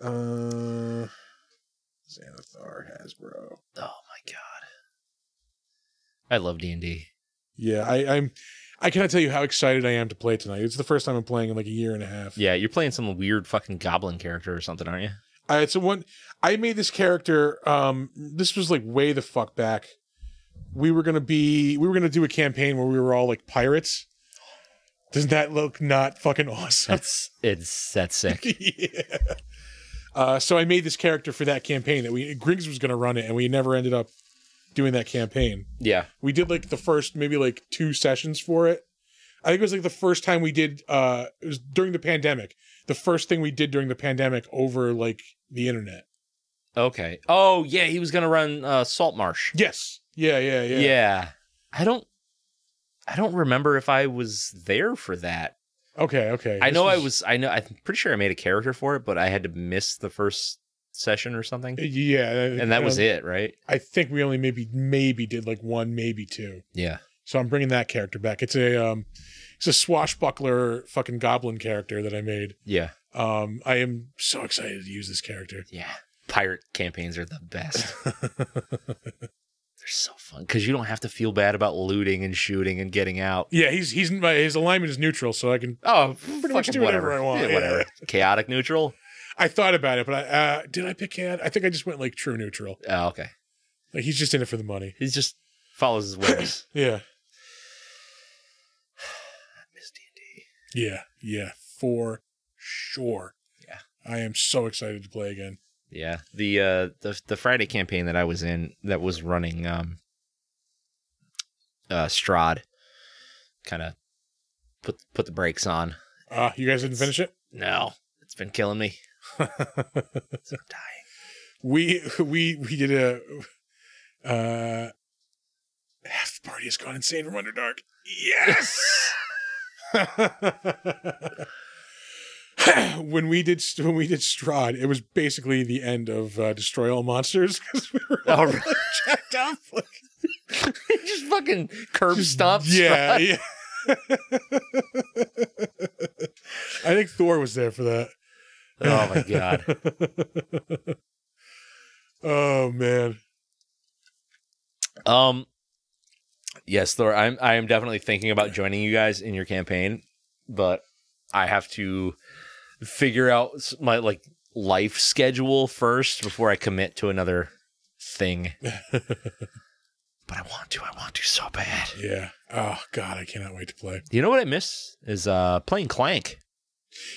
[SPEAKER 1] Uh, Xanathar Hasbro.
[SPEAKER 2] Oh my god, I love D and D.
[SPEAKER 1] Yeah, I, I'm. I cannot tell you how excited I am to play tonight. It's the first time I'm playing in like a year and a half.
[SPEAKER 2] Yeah, you're playing some weird fucking goblin character or something, aren't you?
[SPEAKER 1] I, it's a one. I made this character. Um, this was like way the fuck back. We were gonna be. We were gonna do a campaign where we were all like pirates. Doesn't that look not fucking
[SPEAKER 2] [LAUGHS]
[SPEAKER 1] awesome? [LAUGHS]
[SPEAKER 2] That's it's that's [LAUGHS] sick.
[SPEAKER 1] yeah. Uh, so I made this character for that campaign that we Griggs was gonna run it, and we never ended up doing that campaign.
[SPEAKER 2] Yeah.
[SPEAKER 1] we did like the first maybe like two sessions for it i think it was like the first time we did uh it was during the pandemic the first thing we did during the pandemic over like the internet
[SPEAKER 2] Okay. Oh yeah, he was gonna run uh, Salt Marsh.
[SPEAKER 1] yes yeah yeah yeah
[SPEAKER 2] Yeah. I don't. I don't remember if I was there for that.
[SPEAKER 1] okay okay
[SPEAKER 2] I
[SPEAKER 1] This
[SPEAKER 2] know I was. I know. I'm pretty sure I made a character for it, but I had to miss the first session or something,
[SPEAKER 1] yeah
[SPEAKER 2] and that was it, right?
[SPEAKER 1] i think we only maybe maybe did like one maybe two
[SPEAKER 2] Yeah.
[SPEAKER 1] so i'm bringing that character back it's a um it's a swashbuckler fucking goblin character that i made
[SPEAKER 2] Yeah.
[SPEAKER 1] um i am so excited to use this character
[SPEAKER 2] Yeah. Pirate campaigns are the
[SPEAKER 1] [LAUGHS]
[SPEAKER 2] best. They're so fun because you don't have to feel bad about looting and shooting and getting out.
[SPEAKER 1] yeah he's he's his alignment is neutral so i can
[SPEAKER 2] Oh,
[SPEAKER 1] Pretty much
[SPEAKER 2] fucking
[SPEAKER 1] do whatever I want,
[SPEAKER 2] Yeah,
[SPEAKER 1] yeah.
[SPEAKER 2] whatever. Chaotic neutral.
[SPEAKER 1] I thought about it, but I uh, did I pick Cad? I think I just went like true neutral.
[SPEAKER 2] Oh, okay.
[SPEAKER 1] Like he's just in it for the money.
[SPEAKER 2] He just follows his ways.
[SPEAKER 1] [CLEARS THROAT] Yeah.
[SPEAKER 2] Miss D&D.
[SPEAKER 1] Yeah. Yeah. For sure.
[SPEAKER 2] Yeah.
[SPEAKER 1] I am so excited to play again.
[SPEAKER 2] Yeah. The uh the the Friday campaign that I was in that was running um uh Strahd kind of put put the brakes on.
[SPEAKER 1] Uh, you guys didn't finish it?
[SPEAKER 2] No, it's been killing me. So I'm dying.
[SPEAKER 1] We we we did a uh half the party has gone insane from Underdark.
[SPEAKER 2] [LAUGHS]
[SPEAKER 1] Yes. [LAUGHS] when we did when we did Strahd, it was basically the end of uh, Destroy All Monsters because we were all
[SPEAKER 2] Oh, really?
[SPEAKER 1] jacked up.
[SPEAKER 2] [LAUGHS] just fucking curb
[SPEAKER 1] [LAUGHS]
[SPEAKER 2] stomps.
[SPEAKER 1] Yeah, yeah. I think Thor was there for that.
[SPEAKER 2] Oh my god.
[SPEAKER 1] Oh man.
[SPEAKER 2] Um Yes, Thor, I'm I am definitely thinking about joining you guys in your campaign, but I have to figure out s- my like life schedule first before I commit to another
[SPEAKER 1] [LAUGHS]
[SPEAKER 2] thing. but I want to, I want to so bad.
[SPEAKER 1] Yeah. Oh god, I cannot wait to play.
[SPEAKER 2] You know what I miss is uh playing Clank.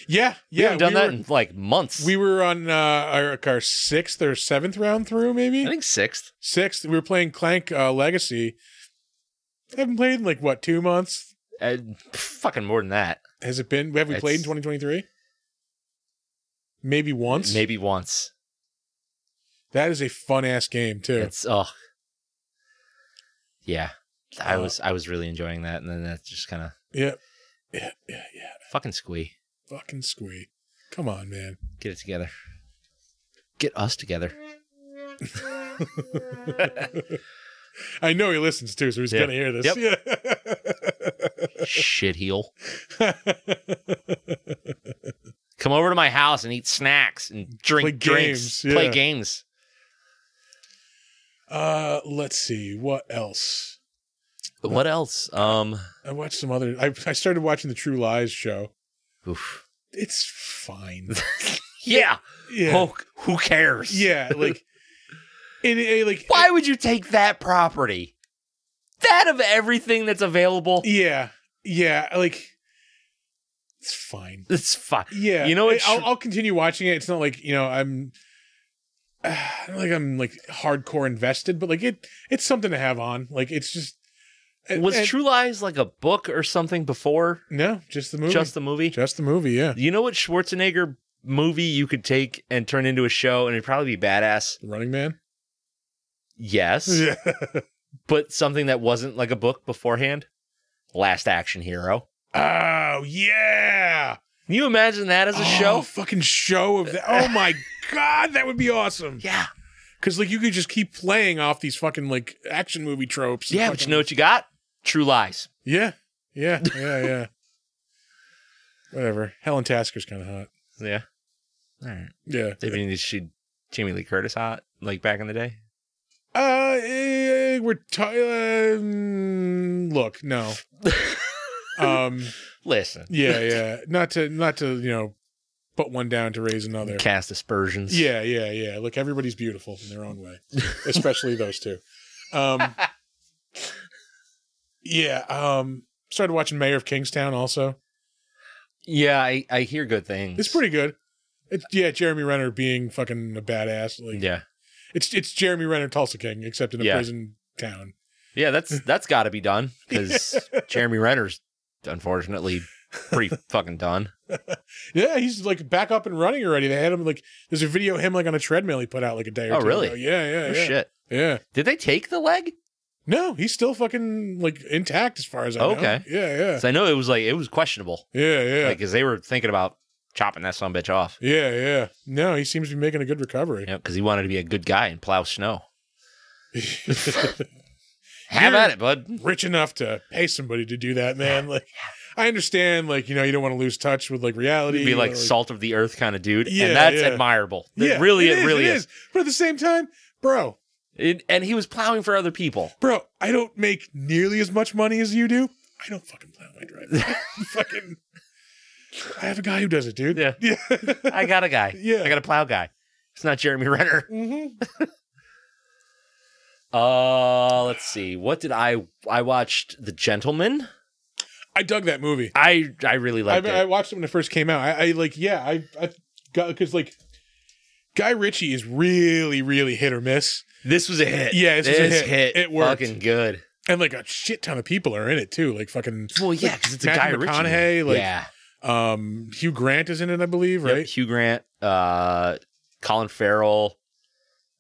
[SPEAKER 1] Yeah,
[SPEAKER 2] We
[SPEAKER 1] yeah.
[SPEAKER 2] haven't done
[SPEAKER 1] we
[SPEAKER 2] that
[SPEAKER 1] were,
[SPEAKER 2] in like months.
[SPEAKER 1] we were on uh, our, like, our sixth or seventh round through,
[SPEAKER 2] I
[SPEAKER 1] maybe
[SPEAKER 2] think sixth.
[SPEAKER 1] sixth. We were playing Clank uh, Legacy. I haven't played in like what two months?
[SPEAKER 2] Uh, fucking more than that.
[SPEAKER 1] Has it been? Have we played in
[SPEAKER 2] It's-
[SPEAKER 1] 2023? Maybe once.
[SPEAKER 2] Maybe once.
[SPEAKER 1] That is a fun ass game too.
[SPEAKER 2] It's oh, yeah. I
[SPEAKER 1] Uh,
[SPEAKER 2] was I was really enjoying that, and then that just kind of
[SPEAKER 1] yeah. Yeah, yeah, yeah.
[SPEAKER 2] fucking squee.
[SPEAKER 1] fucking squee. Come on, man.
[SPEAKER 2] Get it together. Get us together.
[SPEAKER 1] I know he listens too, so he's
[SPEAKER 2] Yeah.
[SPEAKER 1] gonna hear this.
[SPEAKER 2] Shitheel.
[SPEAKER 1] Yeah.
[SPEAKER 2] Come over to my house and eat snacks and drink
[SPEAKER 1] Play
[SPEAKER 2] drinks.
[SPEAKER 1] games, yeah.
[SPEAKER 2] Play games.
[SPEAKER 1] [LAUGHS] uh, let's see what else.
[SPEAKER 2] What else? Um,
[SPEAKER 1] I watched some other. I, I started watching the True Lies show.
[SPEAKER 2] oof. [LAUGHS]
[SPEAKER 1] It's fine.
[SPEAKER 2] Yeah.
[SPEAKER 1] Yeah,
[SPEAKER 2] Oh, who cares? [LAUGHS]
[SPEAKER 1] yeah. Like, it, it- like
[SPEAKER 2] Why would you take that property? That of everything that's available,
[SPEAKER 1] Yeah, yeah. Like, it's fine.
[SPEAKER 2] it's fine.
[SPEAKER 1] Yeah,
[SPEAKER 2] You know,
[SPEAKER 1] I-
[SPEAKER 2] it's
[SPEAKER 1] I'll,
[SPEAKER 2] tr-
[SPEAKER 1] I'll continue watching it. It's not like you know I'm, [SIGHS] I don't think I'm like hardcore invested, but like it, it's something to have on. Like it's just and-
[SPEAKER 2] Was
[SPEAKER 1] and-
[SPEAKER 2] True Lies like a book or something before
[SPEAKER 1] No, just the movie.
[SPEAKER 2] just the movie?
[SPEAKER 1] Just the movie. Yeah,
[SPEAKER 2] You know what Schwarzenegger movie you could take and turn into a show and it'd probably be badass?
[SPEAKER 1] The Running
[SPEAKER 2] [LAUGHS]
[SPEAKER 1] Man.
[SPEAKER 2] Yes.
[SPEAKER 1] Yeah,
[SPEAKER 2] But something that wasn't like a book beforehand? Last Action Hero.
[SPEAKER 1] Oh yeah.
[SPEAKER 2] Can you imagine that as a
[SPEAKER 1] Oh,
[SPEAKER 2] show?
[SPEAKER 1] fucking show of that. Oh
[SPEAKER 2] [LAUGHS]
[SPEAKER 1] my god, that would be awesome.
[SPEAKER 2] Yeah.
[SPEAKER 1] Because like you could just keep playing off these fucking like action movie tropes. and
[SPEAKER 2] Yeah, but you
[SPEAKER 1] fucking-
[SPEAKER 2] know what you got? True Lies.
[SPEAKER 1] Yeah, yeah, yeah, yeah. [LAUGHS] Whatever. Helen Tasker's kind of hot.
[SPEAKER 2] Yeah. All right.
[SPEAKER 1] Yeah.
[SPEAKER 2] I mean, is she Jamie Lee Curtis hot like back in the day?
[SPEAKER 1] Uh, eh, we're t- um, look,
[SPEAKER 2] [LAUGHS]
[SPEAKER 1] no. um,
[SPEAKER 2] Listen,
[SPEAKER 1] yeah, yeah. Not to, not to, you know, put one down to raise another.
[SPEAKER 2] cast aspersions.
[SPEAKER 1] Yeah, yeah, yeah. Look, everybody's beautiful in their own way, especially those two.
[SPEAKER 2] [LAUGHS]
[SPEAKER 1] Um, yeah. Um, started watching Mayor of Kingstown. Also,
[SPEAKER 2] yeah, I, I hear good things.
[SPEAKER 1] it's pretty good. It's, yeah, Jeremy Renner being fucking a badass. Like,
[SPEAKER 2] Yeah,
[SPEAKER 1] It's it's Jeremy Renner Tulsa King, except in a
[SPEAKER 2] Yeah.
[SPEAKER 1] prison town. [LAUGHS]
[SPEAKER 2] yeah, that's that's got to be done because Jeremy Renner's unfortunately
[SPEAKER 1] [LAUGHS]
[SPEAKER 2] pretty fucking done.
[SPEAKER 1] Yeah, he's like back up and running already. They had him like there's a video of him like on a treadmill he put out like a day or
[SPEAKER 2] Oh,
[SPEAKER 1] two
[SPEAKER 2] really?
[SPEAKER 1] ago. Yeah, yeah,
[SPEAKER 2] Oh,
[SPEAKER 1] yeah.
[SPEAKER 2] Shit,
[SPEAKER 1] Yeah.
[SPEAKER 2] did they take the leg?
[SPEAKER 1] No, he's still fucking like intact as far as I know.
[SPEAKER 2] Oh, Okay.
[SPEAKER 1] Yeah, yeah.
[SPEAKER 2] 'Cause I know it was like it was questionable,
[SPEAKER 1] Yeah, yeah.
[SPEAKER 2] like because they were thinking about chopping that son of a bitch off.
[SPEAKER 1] yeah, yeah. No, he seems to be making a good recovery.
[SPEAKER 2] You know, because he wanted to be a good guy and
[SPEAKER 1] [LAUGHS]
[SPEAKER 2] plow snow. Have
[SPEAKER 1] You're-
[SPEAKER 2] at it, bud.
[SPEAKER 1] Rich enough to pay somebody to do that, man. Like I understand like, you know, you don't want to lose touch with like reality.
[SPEAKER 2] Be
[SPEAKER 1] You
[SPEAKER 2] like
[SPEAKER 1] wanna,
[SPEAKER 2] salt of the earth kind of dude,
[SPEAKER 1] uh, Yeah,
[SPEAKER 2] and that's
[SPEAKER 1] yeah.
[SPEAKER 2] admirable. It really, it, really is.
[SPEAKER 1] But at the same time, bro,
[SPEAKER 2] It- and he was plowing for
[SPEAKER 1] [LAUGHS]
[SPEAKER 2] other people.
[SPEAKER 1] bro, I don't make nearly as much money as you do. I don't fucking plow my driveway.
[SPEAKER 2] [LAUGHS]
[SPEAKER 1] [LAUGHS] fucking, I have a guy who does it, dude.
[SPEAKER 2] Yeah.
[SPEAKER 1] [LAUGHS] yeah,
[SPEAKER 2] I got a guy.
[SPEAKER 1] Yeah.
[SPEAKER 2] I got a plow guy. It's not Jeremy Renner.
[SPEAKER 1] Mhm.
[SPEAKER 2] Uh, let's see. What did I I watched The Gentleman?
[SPEAKER 1] I dug that movie.
[SPEAKER 2] I I really
[SPEAKER 1] I,
[SPEAKER 2] liked
[SPEAKER 1] I
[SPEAKER 2] it.
[SPEAKER 1] watched it when it first came out. I, I like, yeah, I, I got because like. Guy Ritchie is really, really hit or miss,
[SPEAKER 2] This was a hit.
[SPEAKER 1] Yeah, this was a hit. It worked.
[SPEAKER 2] Fucking good.
[SPEAKER 1] and like a shit ton of people are in it too. Like fucking,
[SPEAKER 2] Well, yeah, because it's a
[SPEAKER 1] Matthew
[SPEAKER 2] guy Ritchie
[SPEAKER 1] McConaughey,
[SPEAKER 2] movie.
[SPEAKER 1] like,
[SPEAKER 2] yeah,
[SPEAKER 1] um, Hugh Grant is in it, I believe,
[SPEAKER 2] Yep,
[SPEAKER 1] right?
[SPEAKER 2] Hugh Grant, uh, Colin Farrell,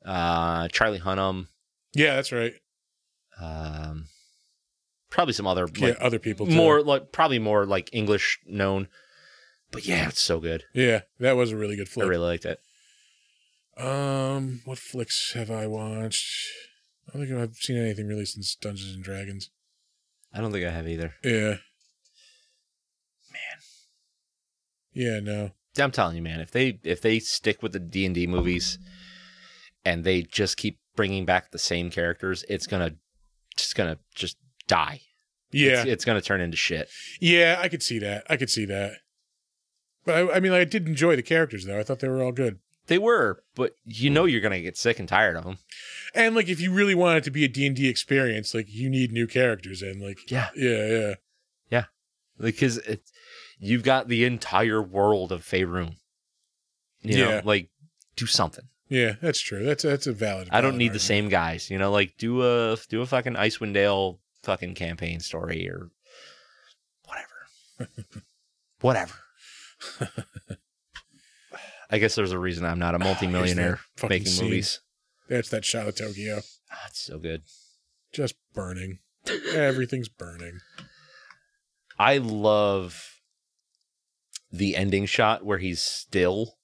[SPEAKER 2] uh, Charlie Hunnam,
[SPEAKER 1] Yeah, that's right.
[SPEAKER 2] um, probably some other like,
[SPEAKER 1] yeah, other people too.
[SPEAKER 2] more like probably more like English known. But yeah, it's so good.
[SPEAKER 1] Yeah, that was a really good
[SPEAKER 2] I
[SPEAKER 1] flick.
[SPEAKER 2] really liked it.
[SPEAKER 1] Um, what flicks have I watched? I don't think I've seen anything really since Dungeons and Dragons.
[SPEAKER 2] I don't think I have either.
[SPEAKER 1] Yeah. Man. Yeah, no.
[SPEAKER 2] I'm telling you, man. If they if they stick with the D and D movies, and they just keep bringing back the same characters, it's gonna just gonna just die.
[SPEAKER 1] Yeah.
[SPEAKER 2] it's, it's gonna turn into shit.
[SPEAKER 1] Yeah, I could see that. I could see that. But I, I mean, I did enjoy the characters though. I thought they were all good.
[SPEAKER 2] They were, but you know you're gonna get sick and tired of them.
[SPEAKER 1] And like, if you really want it to be a D and D experience, like you need new characters and like,
[SPEAKER 2] Yeah,
[SPEAKER 1] yeah, yeah,
[SPEAKER 2] because it's, you've got the entire world of Faerun. You know,
[SPEAKER 1] Yeah.
[SPEAKER 2] like do something.
[SPEAKER 1] yeah. That's true. That's that's a valid.
[SPEAKER 2] I don't
[SPEAKER 1] valid
[SPEAKER 2] need the
[SPEAKER 1] argument.
[SPEAKER 2] same guys. You know, like do a do a fucking Icewind Dale fucking campaign story or whatever, whatever. [SIGHS] I guess there's a reason I'm not a multimillionaire
[SPEAKER 1] Fucking
[SPEAKER 2] making
[SPEAKER 1] scene.
[SPEAKER 2] movies.
[SPEAKER 1] That's that shot of Tokyo
[SPEAKER 2] Ah, it's so good.
[SPEAKER 1] just burning. Everything's burning.
[SPEAKER 2] I love the ending shot where he's still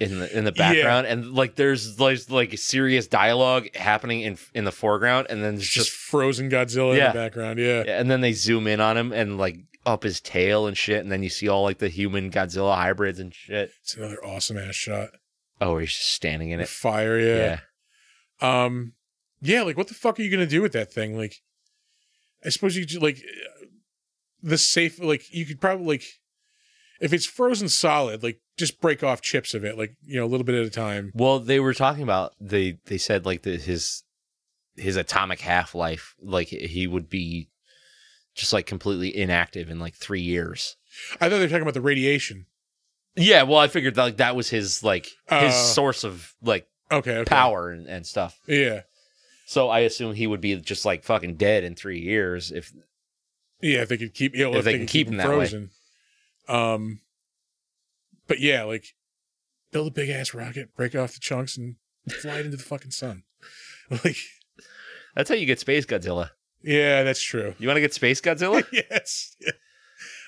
[SPEAKER 2] in the in the background and like there's like like serious dialogue happening in in the foreground and then there's
[SPEAKER 1] just
[SPEAKER 2] just
[SPEAKER 1] frozen Godzilla
[SPEAKER 2] Yeah.
[SPEAKER 1] in the background. Yeah.
[SPEAKER 2] and then they zoom in on him and like up his tail and shit and then you see all like the human Godzilla hybrids and shit.
[SPEAKER 1] It's another awesome ass shot.
[SPEAKER 2] Oh, where he's just standing in
[SPEAKER 1] The
[SPEAKER 2] it.
[SPEAKER 1] fire,
[SPEAKER 2] Yeah.
[SPEAKER 1] yeah. Um yeah, like what the fuck are you going to do with that thing? Like I suppose you could, like the safe like you could probably like if it's frozen solid, like just break off chips of it, like, you know, a little bit at a time.
[SPEAKER 2] Well, they were talking about they they said like that his his atomic half life like he would be just like completely inactive in like 3 years.
[SPEAKER 1] I thought they were talking about the radiation.
[SPEAKER 2] Yeah, well, I figured that like that was his like
[SPEAKER 1] Oh.
[SPEAKER 2] his source of like
[SPEAKER 1] Okay, okay.
[SPEAKER 2] power and, and stuff.
[SPEAKER 1] Yeah.
[SPEAKER 2] So I assume he would be just like fucking dead in three years if
[SPEAKER 1] Yeah, if they could keep you know,
[SPEAKER 2] If they can
[SPEAKER 1] could
[SPEAKER 2] keep 'em that way.
[SPEAKER 1] Um but yeah, like build a big ass rocket, break off the chunks and [LAUGHS] fly it into the fucking sun. [LAUGHS] Like
[SPEAKER 2] that's how you get Space Godzilla.
[SPEAKER 1] yeah, that's true.
[SPEAKER 2] You want to get Space [LAUGHS] Godzilla?
[SPEAKER 1] [LAUGHS] yes.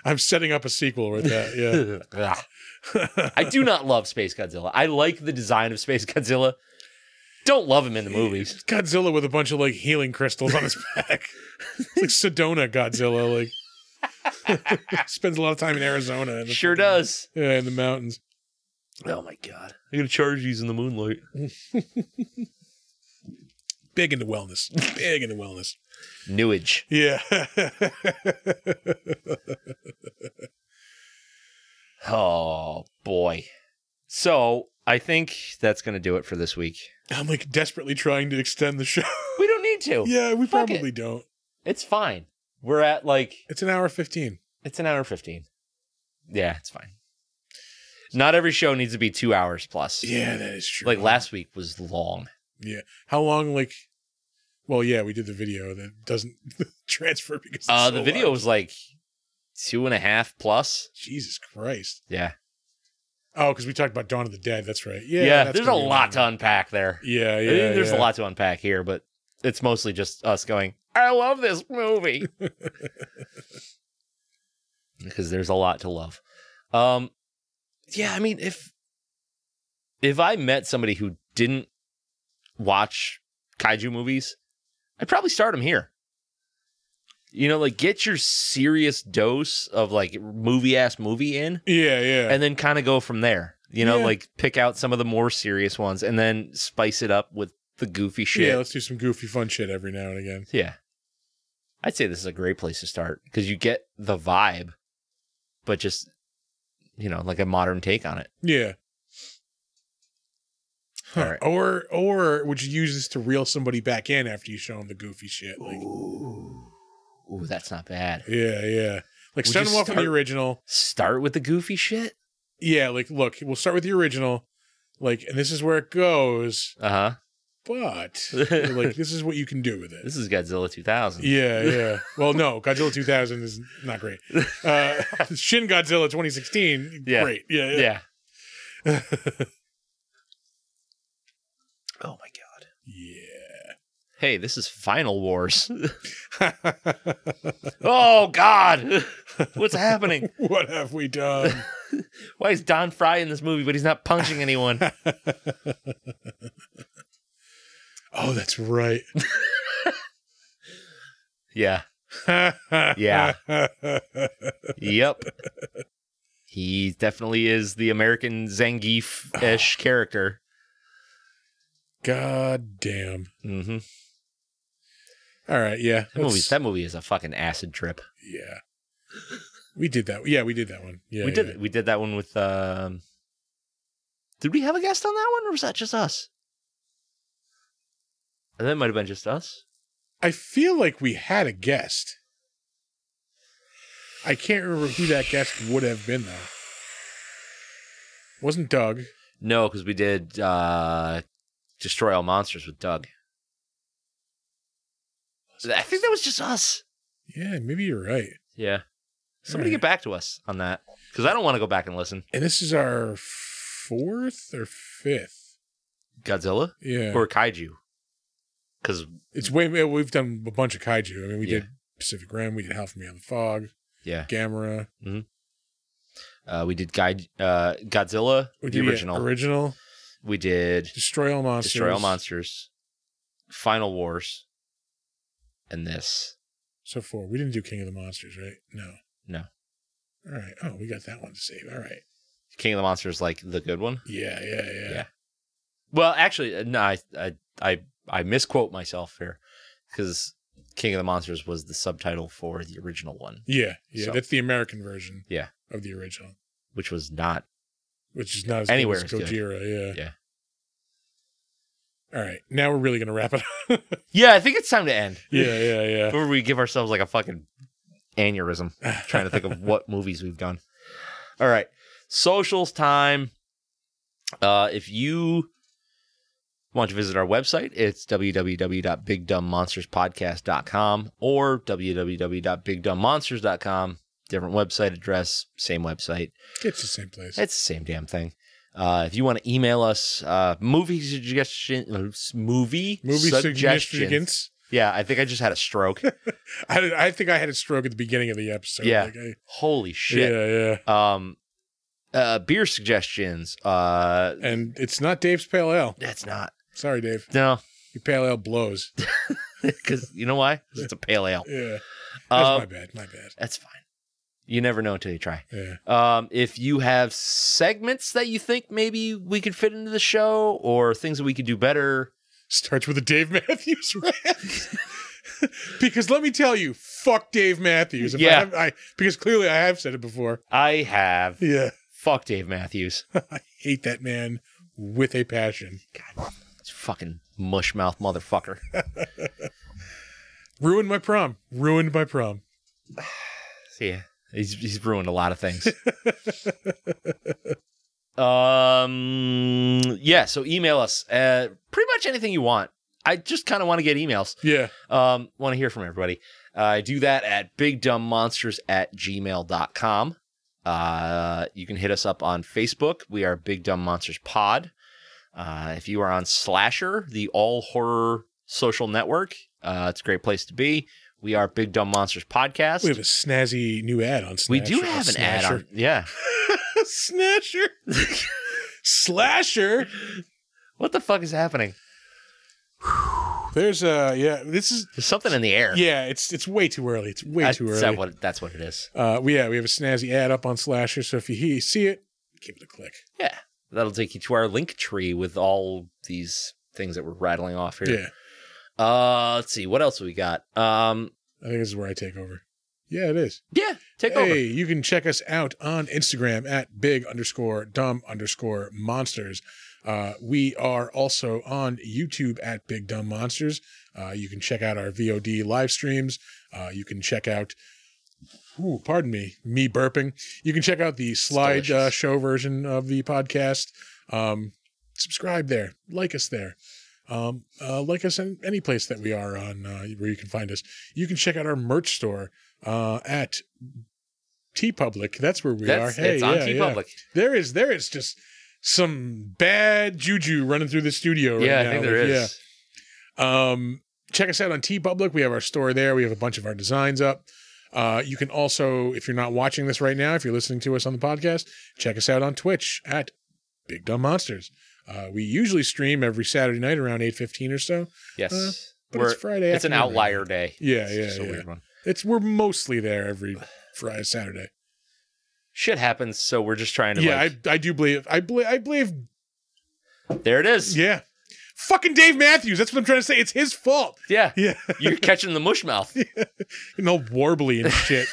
[SPEAKER 1] I'm setting up a sequel with that.
[SPEAKER 2] [LAUGHS]
[SPEAKER 1] Yeah.
[SPEAKER 2] Ugh. I do not love Space Godzilla. I like the design of Space Godzilla. Don't love him in the movies.
[SPEAKER 1] Godzilla with a bunch of like healing crystals on his back. It's like Sedona Godzilla, like [LAUGHS] spends a lot of time in Arizona. And
[SPEAKER 2] Sure does.
[SPEAKER 1] Yeah, in the mountains.
[SPEAKER 2] Oh my god. I'm gonna charge these in the moonlight.
[SPEAKER 1] Big into wellness. Big into wellness.
[SPEAKER 2] Newage.
[SPEAKER 1] Yeah. [LAUGHS]
[SPEAKER 2] Oh boy. So I think that's gonna do it for this week.
[SPEAKER 1] I'm like desperately trying to extend the
[SPEAKER 2] [LAUGHS]
[SPEAKER 1] show.
[SPEAKER 2] We don't need to.
[SPEAKER 1] yeah, we
[SPEAKER 2] Fuck it.
[SPEAKER 1] probably don't.
[SPEAKER 2] It's fine. We're at like
[SPEAKER 1] It's an hour 15.
[SPEAKER 2] It's an hour 15. Yeah, it's fine. Not every show needs to be two hours plus.
[SPEAKER 1] Yeah, that is true.
[SPEAKER 2] Like last week was long.
[SPEAKER 1] Yeah. How long, like, well, yeah, we did the video that doesn't [LAUGHS] transfer because it's
[SPEAKER 2] Uh,
[SPEAKER 1] so
[SPEAKER 2] the video
[SPEAKER 1] large.
[SPEAKER 2] was like two and a half plus.
[SPEAKER 1] Jesus Christ.
[SPEAKER 2] Yeah.
[SPEAKER 1] Oh, because we talked about Dawn of the Dead. That's right. Yeah.
[SPEAKER 2] Yeah.
[SPEAKER 1] that's
[SPEAKER 2] there's a
[SPEAKER 1] gonna be
[SPEAKER 2] lot
[SPEAKER 1] long.
[SPEAKER 2] to unpack there.
[SPEAKER 1] Yeah,
[SPEAKER 2] I
[SPEAKER 1] yeah.
[SPEAKER 2] mean, there's
[SPEAKER 1] yeah.
[SPEAKER 2] a lot to unpack here, but it's mostly just us going, I love this
[SPEAKER 1] [LAUGHS]
[SPEAKER 2] movie. because there's a lot to love. Um yeah, I mean if if I met somebody who didn't watch kaiju movies, I'd probably start them here. You know, like get your serious dose of like movie ass movie in
[SPEAKER 1] Yeah, yeah.
[SPEAKER 2] and then kind of go from there. You know,
[SPEAKER 1] Yeah.
[SPEAKER 2] like pick out some of the more serious ones and then spice it up with the goofy shit.
[SPEAKER 1] Yeah,
[SPEAKER 2] Yeah.
[SPEAKER 1] let's do some goofy fun shit every now and again.
[SPEAKER 2] I'd say this is a great place to start because you get the vibe, but just, you know, like a modern take on it.
[SPEAKER 1] Yeah. Huh.
[SPEAKER 2] All right.
[SPEAKER 1] Or or would you use this to reel somebody back in after you show them the goofy shit? Like,
[SPEAKER 2] Ooh. Ooh, that's not bad.
[SPEAKER 1] yeah, yeah. Like
[SPEAKER 2] Would
[SPEAKER 1] start
[SPEAKER 2] you
[SPEAKER 1] them off with the
[SPEAKER 2] start-
[SPEAKER 1] original.
[SPEAKER 2] Start with the goofy shit.
[SPEAKER 1] Yeah, like look, we'll start with the original. Like, and this is where it goes,
[SPEAKER 2] Uh huh. [LAUGHS]
[SPEAKER 1] but like this is what you can do with it.
[SPEAKER 2] This is Godzilla 2000.
[SPEAKER 1] Yeah, yeah. Well, no, Godzilla 2000 is not great.
[SPEAKER 2] [LAUGHS]
[SPEAKER 1] Uh, Shin Godzilla 2016,
[SPEAKER 2] Yeah.
[SPEAKER 1] great. Yeah, yeah.
[SPEAKER 2] Yeah. [LAUGHS] oh my God. Hey, this is Final Wars.
[SPEAKER 1] Yeah. [LAUGHS]
[SPEAKER 2] oh God. What's happening?
[SPEAKER 1] what have we done?
[SPEAKER 2] Why is Don Fry in this movie, but he's not punching
[SPEAKER 1] [LAUGHS]
[SPEAKER 2] anyone?
[SPEAKER 1] Oh, that's right. [LAUGHS]
[SPEAKER 2] yeah.
[SPEAKER 1] yeah.
[SPEAKER 2] Yep. He definitely is the American
[SPEAKER 1] [SIGHS]
[SPEAKER 2] Zangief ish character.
[SPEAKER 1] God damn.
[SPEAKER 2] Mm-hmm.
[SPEAKER 1] All right, yeah.
[SPEAKER 2] That, movie,
[SPEAKER 1] let's-
[SPEAKER 2] that movie is a fucking acid trip.
[SPEAKER 1] yeah. We did that. Yeah, we did that one. Yeah.
[SPEAKER 2] we did
[SPEAKER 1] yeah.
[SPEAKER 2] we did that one with. Um, did we have a guest on that one, or was that just us? That might have been just us.
[SPEAKER 1] I feel like we had a guest. I can't remember who that guest would have been though. Wasn't Doug?
[SPEAKER 2] No, because we did uh, destroy all monsters with Doug. I think that was just us.
[SPEAKER 1] Yeah, maybe you're right.
[SPEAKER 2] Yeah. Somebody
[SPEAKER 1] Alright.
[SPEAKER 2] get back to us on that because I don't want to go back and listen.
[SPEAKER 1] And this is our fourth or fifth.
[SPEAKER 2] Godzilla
[SPEAKER 1] Yeah,
[SPEAKER 2] or Kaiju? Because
[SPEAKER 1] it's way. We've done a bunch of kaiju. I mean, we
[SPEAKER 2] Yeah.
[SPEAKER 1] did Pacific Rim. We did Hell for Me on the Fog.
[SPEAKER 2] yeah,
[SPEAKER 1] Gamera.
[SPEAKER 2] Uh, we did Guide, uh, Godzilla,
[SPEAKER 1] We
[SPEAKER 2] the
[SPEAKER 1] did, yeah,
[SPEAKER 2] original.
[SPEAKER 1] original.
[SPEAKER 2] we did
[SPEAKER 1] Destroy all monsters.
[SPEAKER 2] Destroy All Monsters, Final Wars, and this.
[SPEAKER 1] So four. We didn't do King of the Monsters, right? No.
[SPEAKER 2] No.
[SPEAKER 1] All right. Oh, we got that one to save. All right.
[SPEAKER 2] King of the Monsters, like the good one.
[SPEAKER 1] Yeah, yeah, yeah.
[SPEAKER 2] Yeah. Well, actually, uh, no, I I I, I misquote myself here because King of the Monsters was the subtitle for the original one,
[SPEAKER 1] Yeah, yeah.
[SPEAKER 2] So-
[SPEAKER 1] That's the American version.
[SPEAKER 2] Yeah.
[SPEAKER 1] Of the original,
[SPEAKER 2] which was not.
[SPEAKER 1] which is not as
[SPEAKER 2] Anywhere
[SPEAKER 1] good
[SPEAKER 2] is
[SPEAKER 1] as
[SPEAKER 2] good.
[SPEAKER 1] Gojira. Yeah.
[SPEAKER 2] Yeah.
[SPEAKER 1] All right. Now we're really gonna wrap it up. [LAUGHS]
[SPEAKER 2] Yeah, I think it's time to end.
[SPEAKER 1] yeah, yeah, yeah.
[SPEAKER 2] Before we give ourselves like a fucking aneurysm trying to think
[SPEAKER 1] [LAUGHS]
[SPEAKER 2] of what movies we've done. All right. Socials time. Uh, if you want to visit our website, it's www.bigdumbmonsterspodcast.com or www.bigdumbmonsters.com. Different website address, same website.
[SPEAKER 1] [SIGHS] It's the same place.
[SPEAKER 2] It's the same damn thing. Uh, if you want to email us uh, movie suggestion, uh, s- movie,
[SPEAKER 1] Movie
[SPEAKER 2] suggestions.
[SPEAKER 1] significance.
[SPEAKER 2] Yeah, I think I just had
[SPEAKER 1] [LAUGHS]
[SPEAKER 2] a stroke.
[SPEAKER 1] I, I think I had a stroke at the beginning of the episode.
[SPEAKER 2] Yeah.
[SPEAKER 1] Like I,
[SPEAKER 2] Holy shit.
[SPEAKER 1] Yeah, yeah.
[SPEAKER 2] um uh beer suggestions uh
[SPEAKER 1] And it's not Dave's pale ale.
[SPEAKER 2] that's not
[SPEAKER 1] Sorry, Dave.
[SPEAKER 2] no [LAUGHS]
[SPEAKER 1] Your pale ale blows.
[SPEAKER 2] because you know why 'Cause it's a pale ale
[SPEAKER 1] Yeah. [LAUGHS] That's
[SPEAKER 2] um,
[SPEAKER 1] my bad. My bad.
[SPEAKER 2] that's fine you never know until you try
[SPEAKER 1] Yeah.
[SPEAKER 2] um if you have segments that you think maybe we could fit into the show or things that we could do better
[SPEAKER 1] Starts with a Dave Matthews [LAUGHS] rant. because let me tell you, fuck Dave Matthews. If I
[SPEAKER 2] Yeah.
[SPEAKER 1] have- I, because clearly I have said it before. [LAUGHS]
[SPEAKER 2] i have
[SPEAKER 1] Yeah.
[SPEAKER 2] fuck dave matthews
[SPEAKER 1] I hate that man with a passion.
[SPEAKER 2] It's fucking mush mouth motherfucker
[SPEAKER 1] Ruined my prom. Ruined my prom.
[SPEAKER 2] yeah he's, he's ruined a lot
[SPEAKER 1] [LAUGHS]
[SPEAKER 2] of things um yeah so email us uh pretty much anything you want i just kind of want to get emails
[SPEAKER 1] Yeah.
[SPEAKER 2] um want to hear from everybody uh, do that at bigdumbmonsters at gmail.com uh you can hit us up on facebook we are big dumb monsters pod uh if you are on slasher the all horror social network uh it's a great place to be we are big dumb monsters podcast
[SPEAKER 1] We have a snazzy new ad on Snatcher.
[SPEAKER 2] we do have an ad
[SPEAKER 1] Snatcher.
[SPEAKER 2] on yeah
[SPEAKER 1] [LAUGHS] Snatcher. Slasher.
[SPEAKER 2] what the fuck is happening
[SPEAKER 1] There's a yeah. This is
[SPEAKER 2] there's something in the air
[SPEAKER 1] yeah. It's it's way too early. It's way
[SPEAKER 2] that's,
[SPEAKER 1] too early.
[SPEAKER 2] that what, that's what it is
[SPEAKER 1] Uh, we, yeah, we have a snazzy ad up on Slasher. So if you he- see it, give it a click.
[SPEAKER 2] that'll take you to our link tree with all these things that we're rattling off here
[SPEAKER 1] Yeah,
[SPEAKER 2] Uh, let's see what else we got. Um,
[SPEAKER 1] I think this is where I take over. Yeah, it is.
[SPEAKER 2] yeah, take
[SPEAKER 1] hey,
[SPEAKER 2] over.
[SPEAKER 1] you can check us out on Instagram at big underscore dumb underscore monsters. Uh, we are also on YouTube at Big Dumb Monsters. Uh, you can check out our VOD live streams. Uh, you can check out, ooh, pardon me, me burping. You can check out the slide uh,
[SPEAKER 2] delicious.
[SPEAKER 1] show version of the podcast. Um, subscribe there, like us there. Um, uh, like us in any place that we are on uh, where you can find us. You can check out our merch store uh, at T Public. That's where we
[SPEAKER 2] That's
[SPEAKER 1] are. Hey,
[SPEAKER 2] it's on
[SPEAKER 1] yeah,
[SPEAKER 2] T
[SPEAKER 1] yeah.
[SPEAKER 2] Public.
[SPEAKER 1] There is there is just some bad juju running through the studio
[SPEAKER 2] Yeah,
[SPEAKER 1] right
[SPEAKER 2] I
[SPEAKER 1] now.
[SPEAKER 2] think there
[SPEAKER 1] Like,
[SPEAKER 2] is.
[SPEAKER 1] yeah. Um, check us out on T Public. We have our store there. We have a bunch of our designs up. Uh, you can also, if you're not watching this right now, if you're listening to us on the podcast, check us out on Twitch at Big Dumb Monsters. Uh, we usually stream every Saturday night around eight fifteen or so,
[SPEAKER 2] Yes,
[SPEAKER 1] Uh, but
[SPEAKER 2] we're,
[SPEAKER 1] it's
[SPEAKER 2] it's,
[SPEAKER 1] Friday.
[SPEAKER 2] an
[SPEAKER 1] afternoon.
[SPEAKER 2] outlier day.
[SPEAKER 1] Yeah,
[SPEAKER 2] It's
[SPEAKER 1] yeah,
[SPEAKER 2] just a
[SPEAKER 1] yeah.
[SPEAKER 2] weird one.
[SPEAKER 1] It's we're mostly there every Friday Saturday.
[SPEAKER 2] Shit happens, so we're just trying to.
[SPEAKER 1] Yeah,
[SPEAKER 2] like,
[SPEAKER 1] I, I do believe I believe I believe
[SPEAKER 2] there it is. Yeah,
[SPEAKER 1] yeah. Fucking Dave Matthews. That's what I'm trying to say. It's his fault. Yeah.
[SPEAKER 2] you're catching the mush mouth.
[SPEAKER 1] [LAUGHS] and all warbly and
[SPEAKER 2] [LAUGHS]
[SPEAKER 1] shit.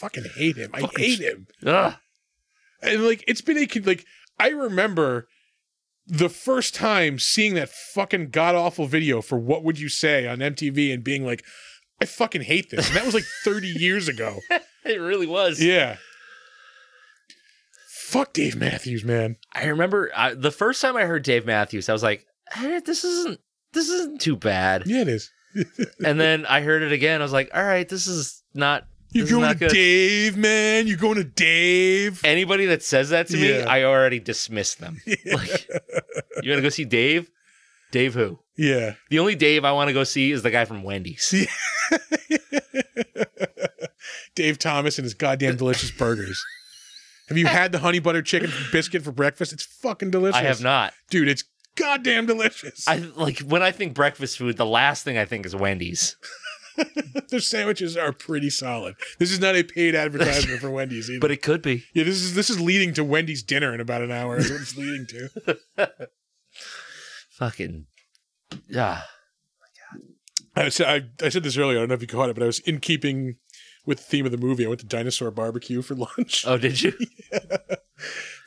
[SPEAKER 1] Fucking hate him. I
[SPEAKER 2] Fucking
[SPEAKER 1] hate
[SPEAKER 2] sh-
[SPEAKER 1] him.
[SPEAKER 2] Ugh.
[SPEAKER 1] And like, it's been a con- like I remember the first time seeing that fucking god awful video for what would you say on MTV and being like, I fucking hate this. And that was like 30 years ago.
[SPEAKER 2] It really
[SPEAKER 1] [LAUGHS]
[SPEAKER 2] was.
[SPEAKER 1] Yeah. Fuck Dave Matthews, man.
[SPEAKER 2] I remember I, the first time I heard Dave Matthews, I was like, eh, "This isn't this isn't too bad."
[SPEAKER 1] Yeah, it is.
[SPEAKER 2] and then I heard it again. I was like, "All right, this is not."
[SPEAKER 1] You're
[SPEAKER 2] This is
[SPEAKER 1] going
[SPEAKER 2] not
[SPEAKER 1] to
[SPEAKER 2] good.
[SPEAKER 1] Dave, man. You're going to Dave. [LAUGHS]
[SPEAKER 2] Anybody that says that to me,
[SPEAKER 1] Yeah.
[SPEAKER 2] I already dismiss them. [LAUGHS]
[SPEAKER 1] [LAUGHS]
[SPEAKER 2] Like, you want to go see Dave? Dave who?
[SPEAKER 1] Yeah.
[SPEAKER 2] The only Dave I want to go see is the guy from Wendy's.
[SPEAKER 1] Dave Thomas and his goddamn delicious burgers. Have you had the honey butter chicken biscuit for breakfast? It's fucking delicious.
[SPEAKER 2] I have not.
[SPEAKER 1] dude. It's goddamn delicious. [LAUGHS]
[SPEAKER 2] I like when I think breakfast food, the last thing I think is Wendy's.
[SPEAKER 1] Their sandwiches are pretty solid. This is not a paid advertisement for Wendy's either.
[SPEAKER 2] But it could be.
[SPEAKER 1] yeah, this is this is leading to Wendy's dinner in about an hour. Is what it's leading to.
[SPEAKER 2] Fucking yeah.
[SPEAKER 1] I said I, I said this earlier. I don't know if you caught it, but I was in keeping with the theme of the movie. I went to Dinosaur Barbecue for [LAUGHS] lunch.
[SPEAKER 2] Oh, did you?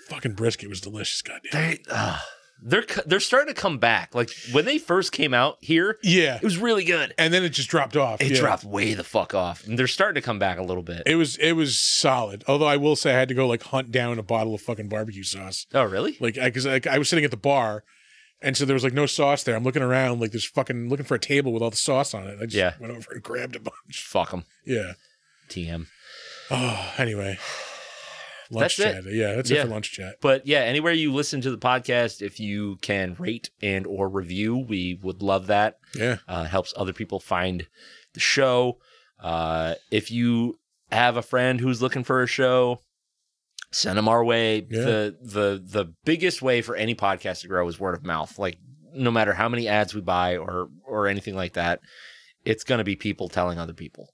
[SPEAKER 1] Fucking brisket was delicious. Goddamn.
[SPEAKER 2] They uh, they're co- they're starting to come back. Like when they first came out here,
[SPEAKER 1] Yeah,
[SPEAKER 2] it was really good.
[SPEAKER 1] and then it just dropped off.
[SPEAKER 2] It
[SPEAKER 1] yeah.
[SPEAKER 2] dropped way the fuck off. And they're starting to come back a little bit.
[SPEAKER 1] It was it was solid. Although I will say I had to go like hunt down a bottle of fucking barbecue sauce.
[SPEAKER 2] oh, really?
[SPEAKER 1] Like I because like, I was sitting at the bar, and so there was like no sauce there. I'm looking around like there's fucking looking for a table with all the sauce on it. I just
[SPEAKER 2] Yeah.
[SPEAKER 1] went over and [LAUGHS] grabbed a bunch.
[SPEAKER 2] Fuck them.
[SPEAKER 1] Yeah. [SIGHS]
[SPEAKER 2] TM.
[SPEAKER 1] Oh,
[SPEAKER 2] [SIGHS]
[SPEAKER 1] anyway. Lunch
[SPEAKER 2] That's
[SPEAKER 1] chat. Yeah, that's it
[SPEAKER 2] Yeah.
[SPEAKER 1] for lunch chat.
[SPEAKER 2] But yeah, anywhere you listen to the podcast, if you can rate and or review, we would love that.
[SPEAKER 1] Yeah.
[SPEAKER 2] uh, helps other people find the show. Uh, if you have a friend who's looking for a show, send them our way.
[SPEAKER 1] Yeah.
[SPEAKER 2] The the the biggest way for any podcast to grow is word of mouth. Like no matter how many ads we buy or or anything like that, it's going to be people telling other people.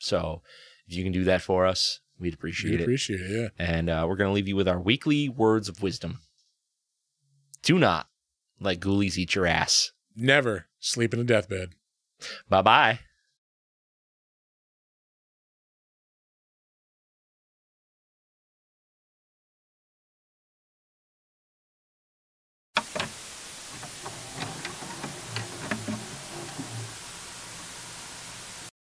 [SPEAKER 2] So if you can do that for us, we'd appreciate
[SPEAKER 1] You'd
[SPEAKER 2] it.
[SPEAKER 1] appreciate it. Yeah.
[SPEAKER 2] And uh, we're going to leave you with our weekly words of wisdom. Do not let ghoulies eat your ass.
[SPEAKER 1] Never sleep in a deathbed.
[SPEAKER 2] Bye bye.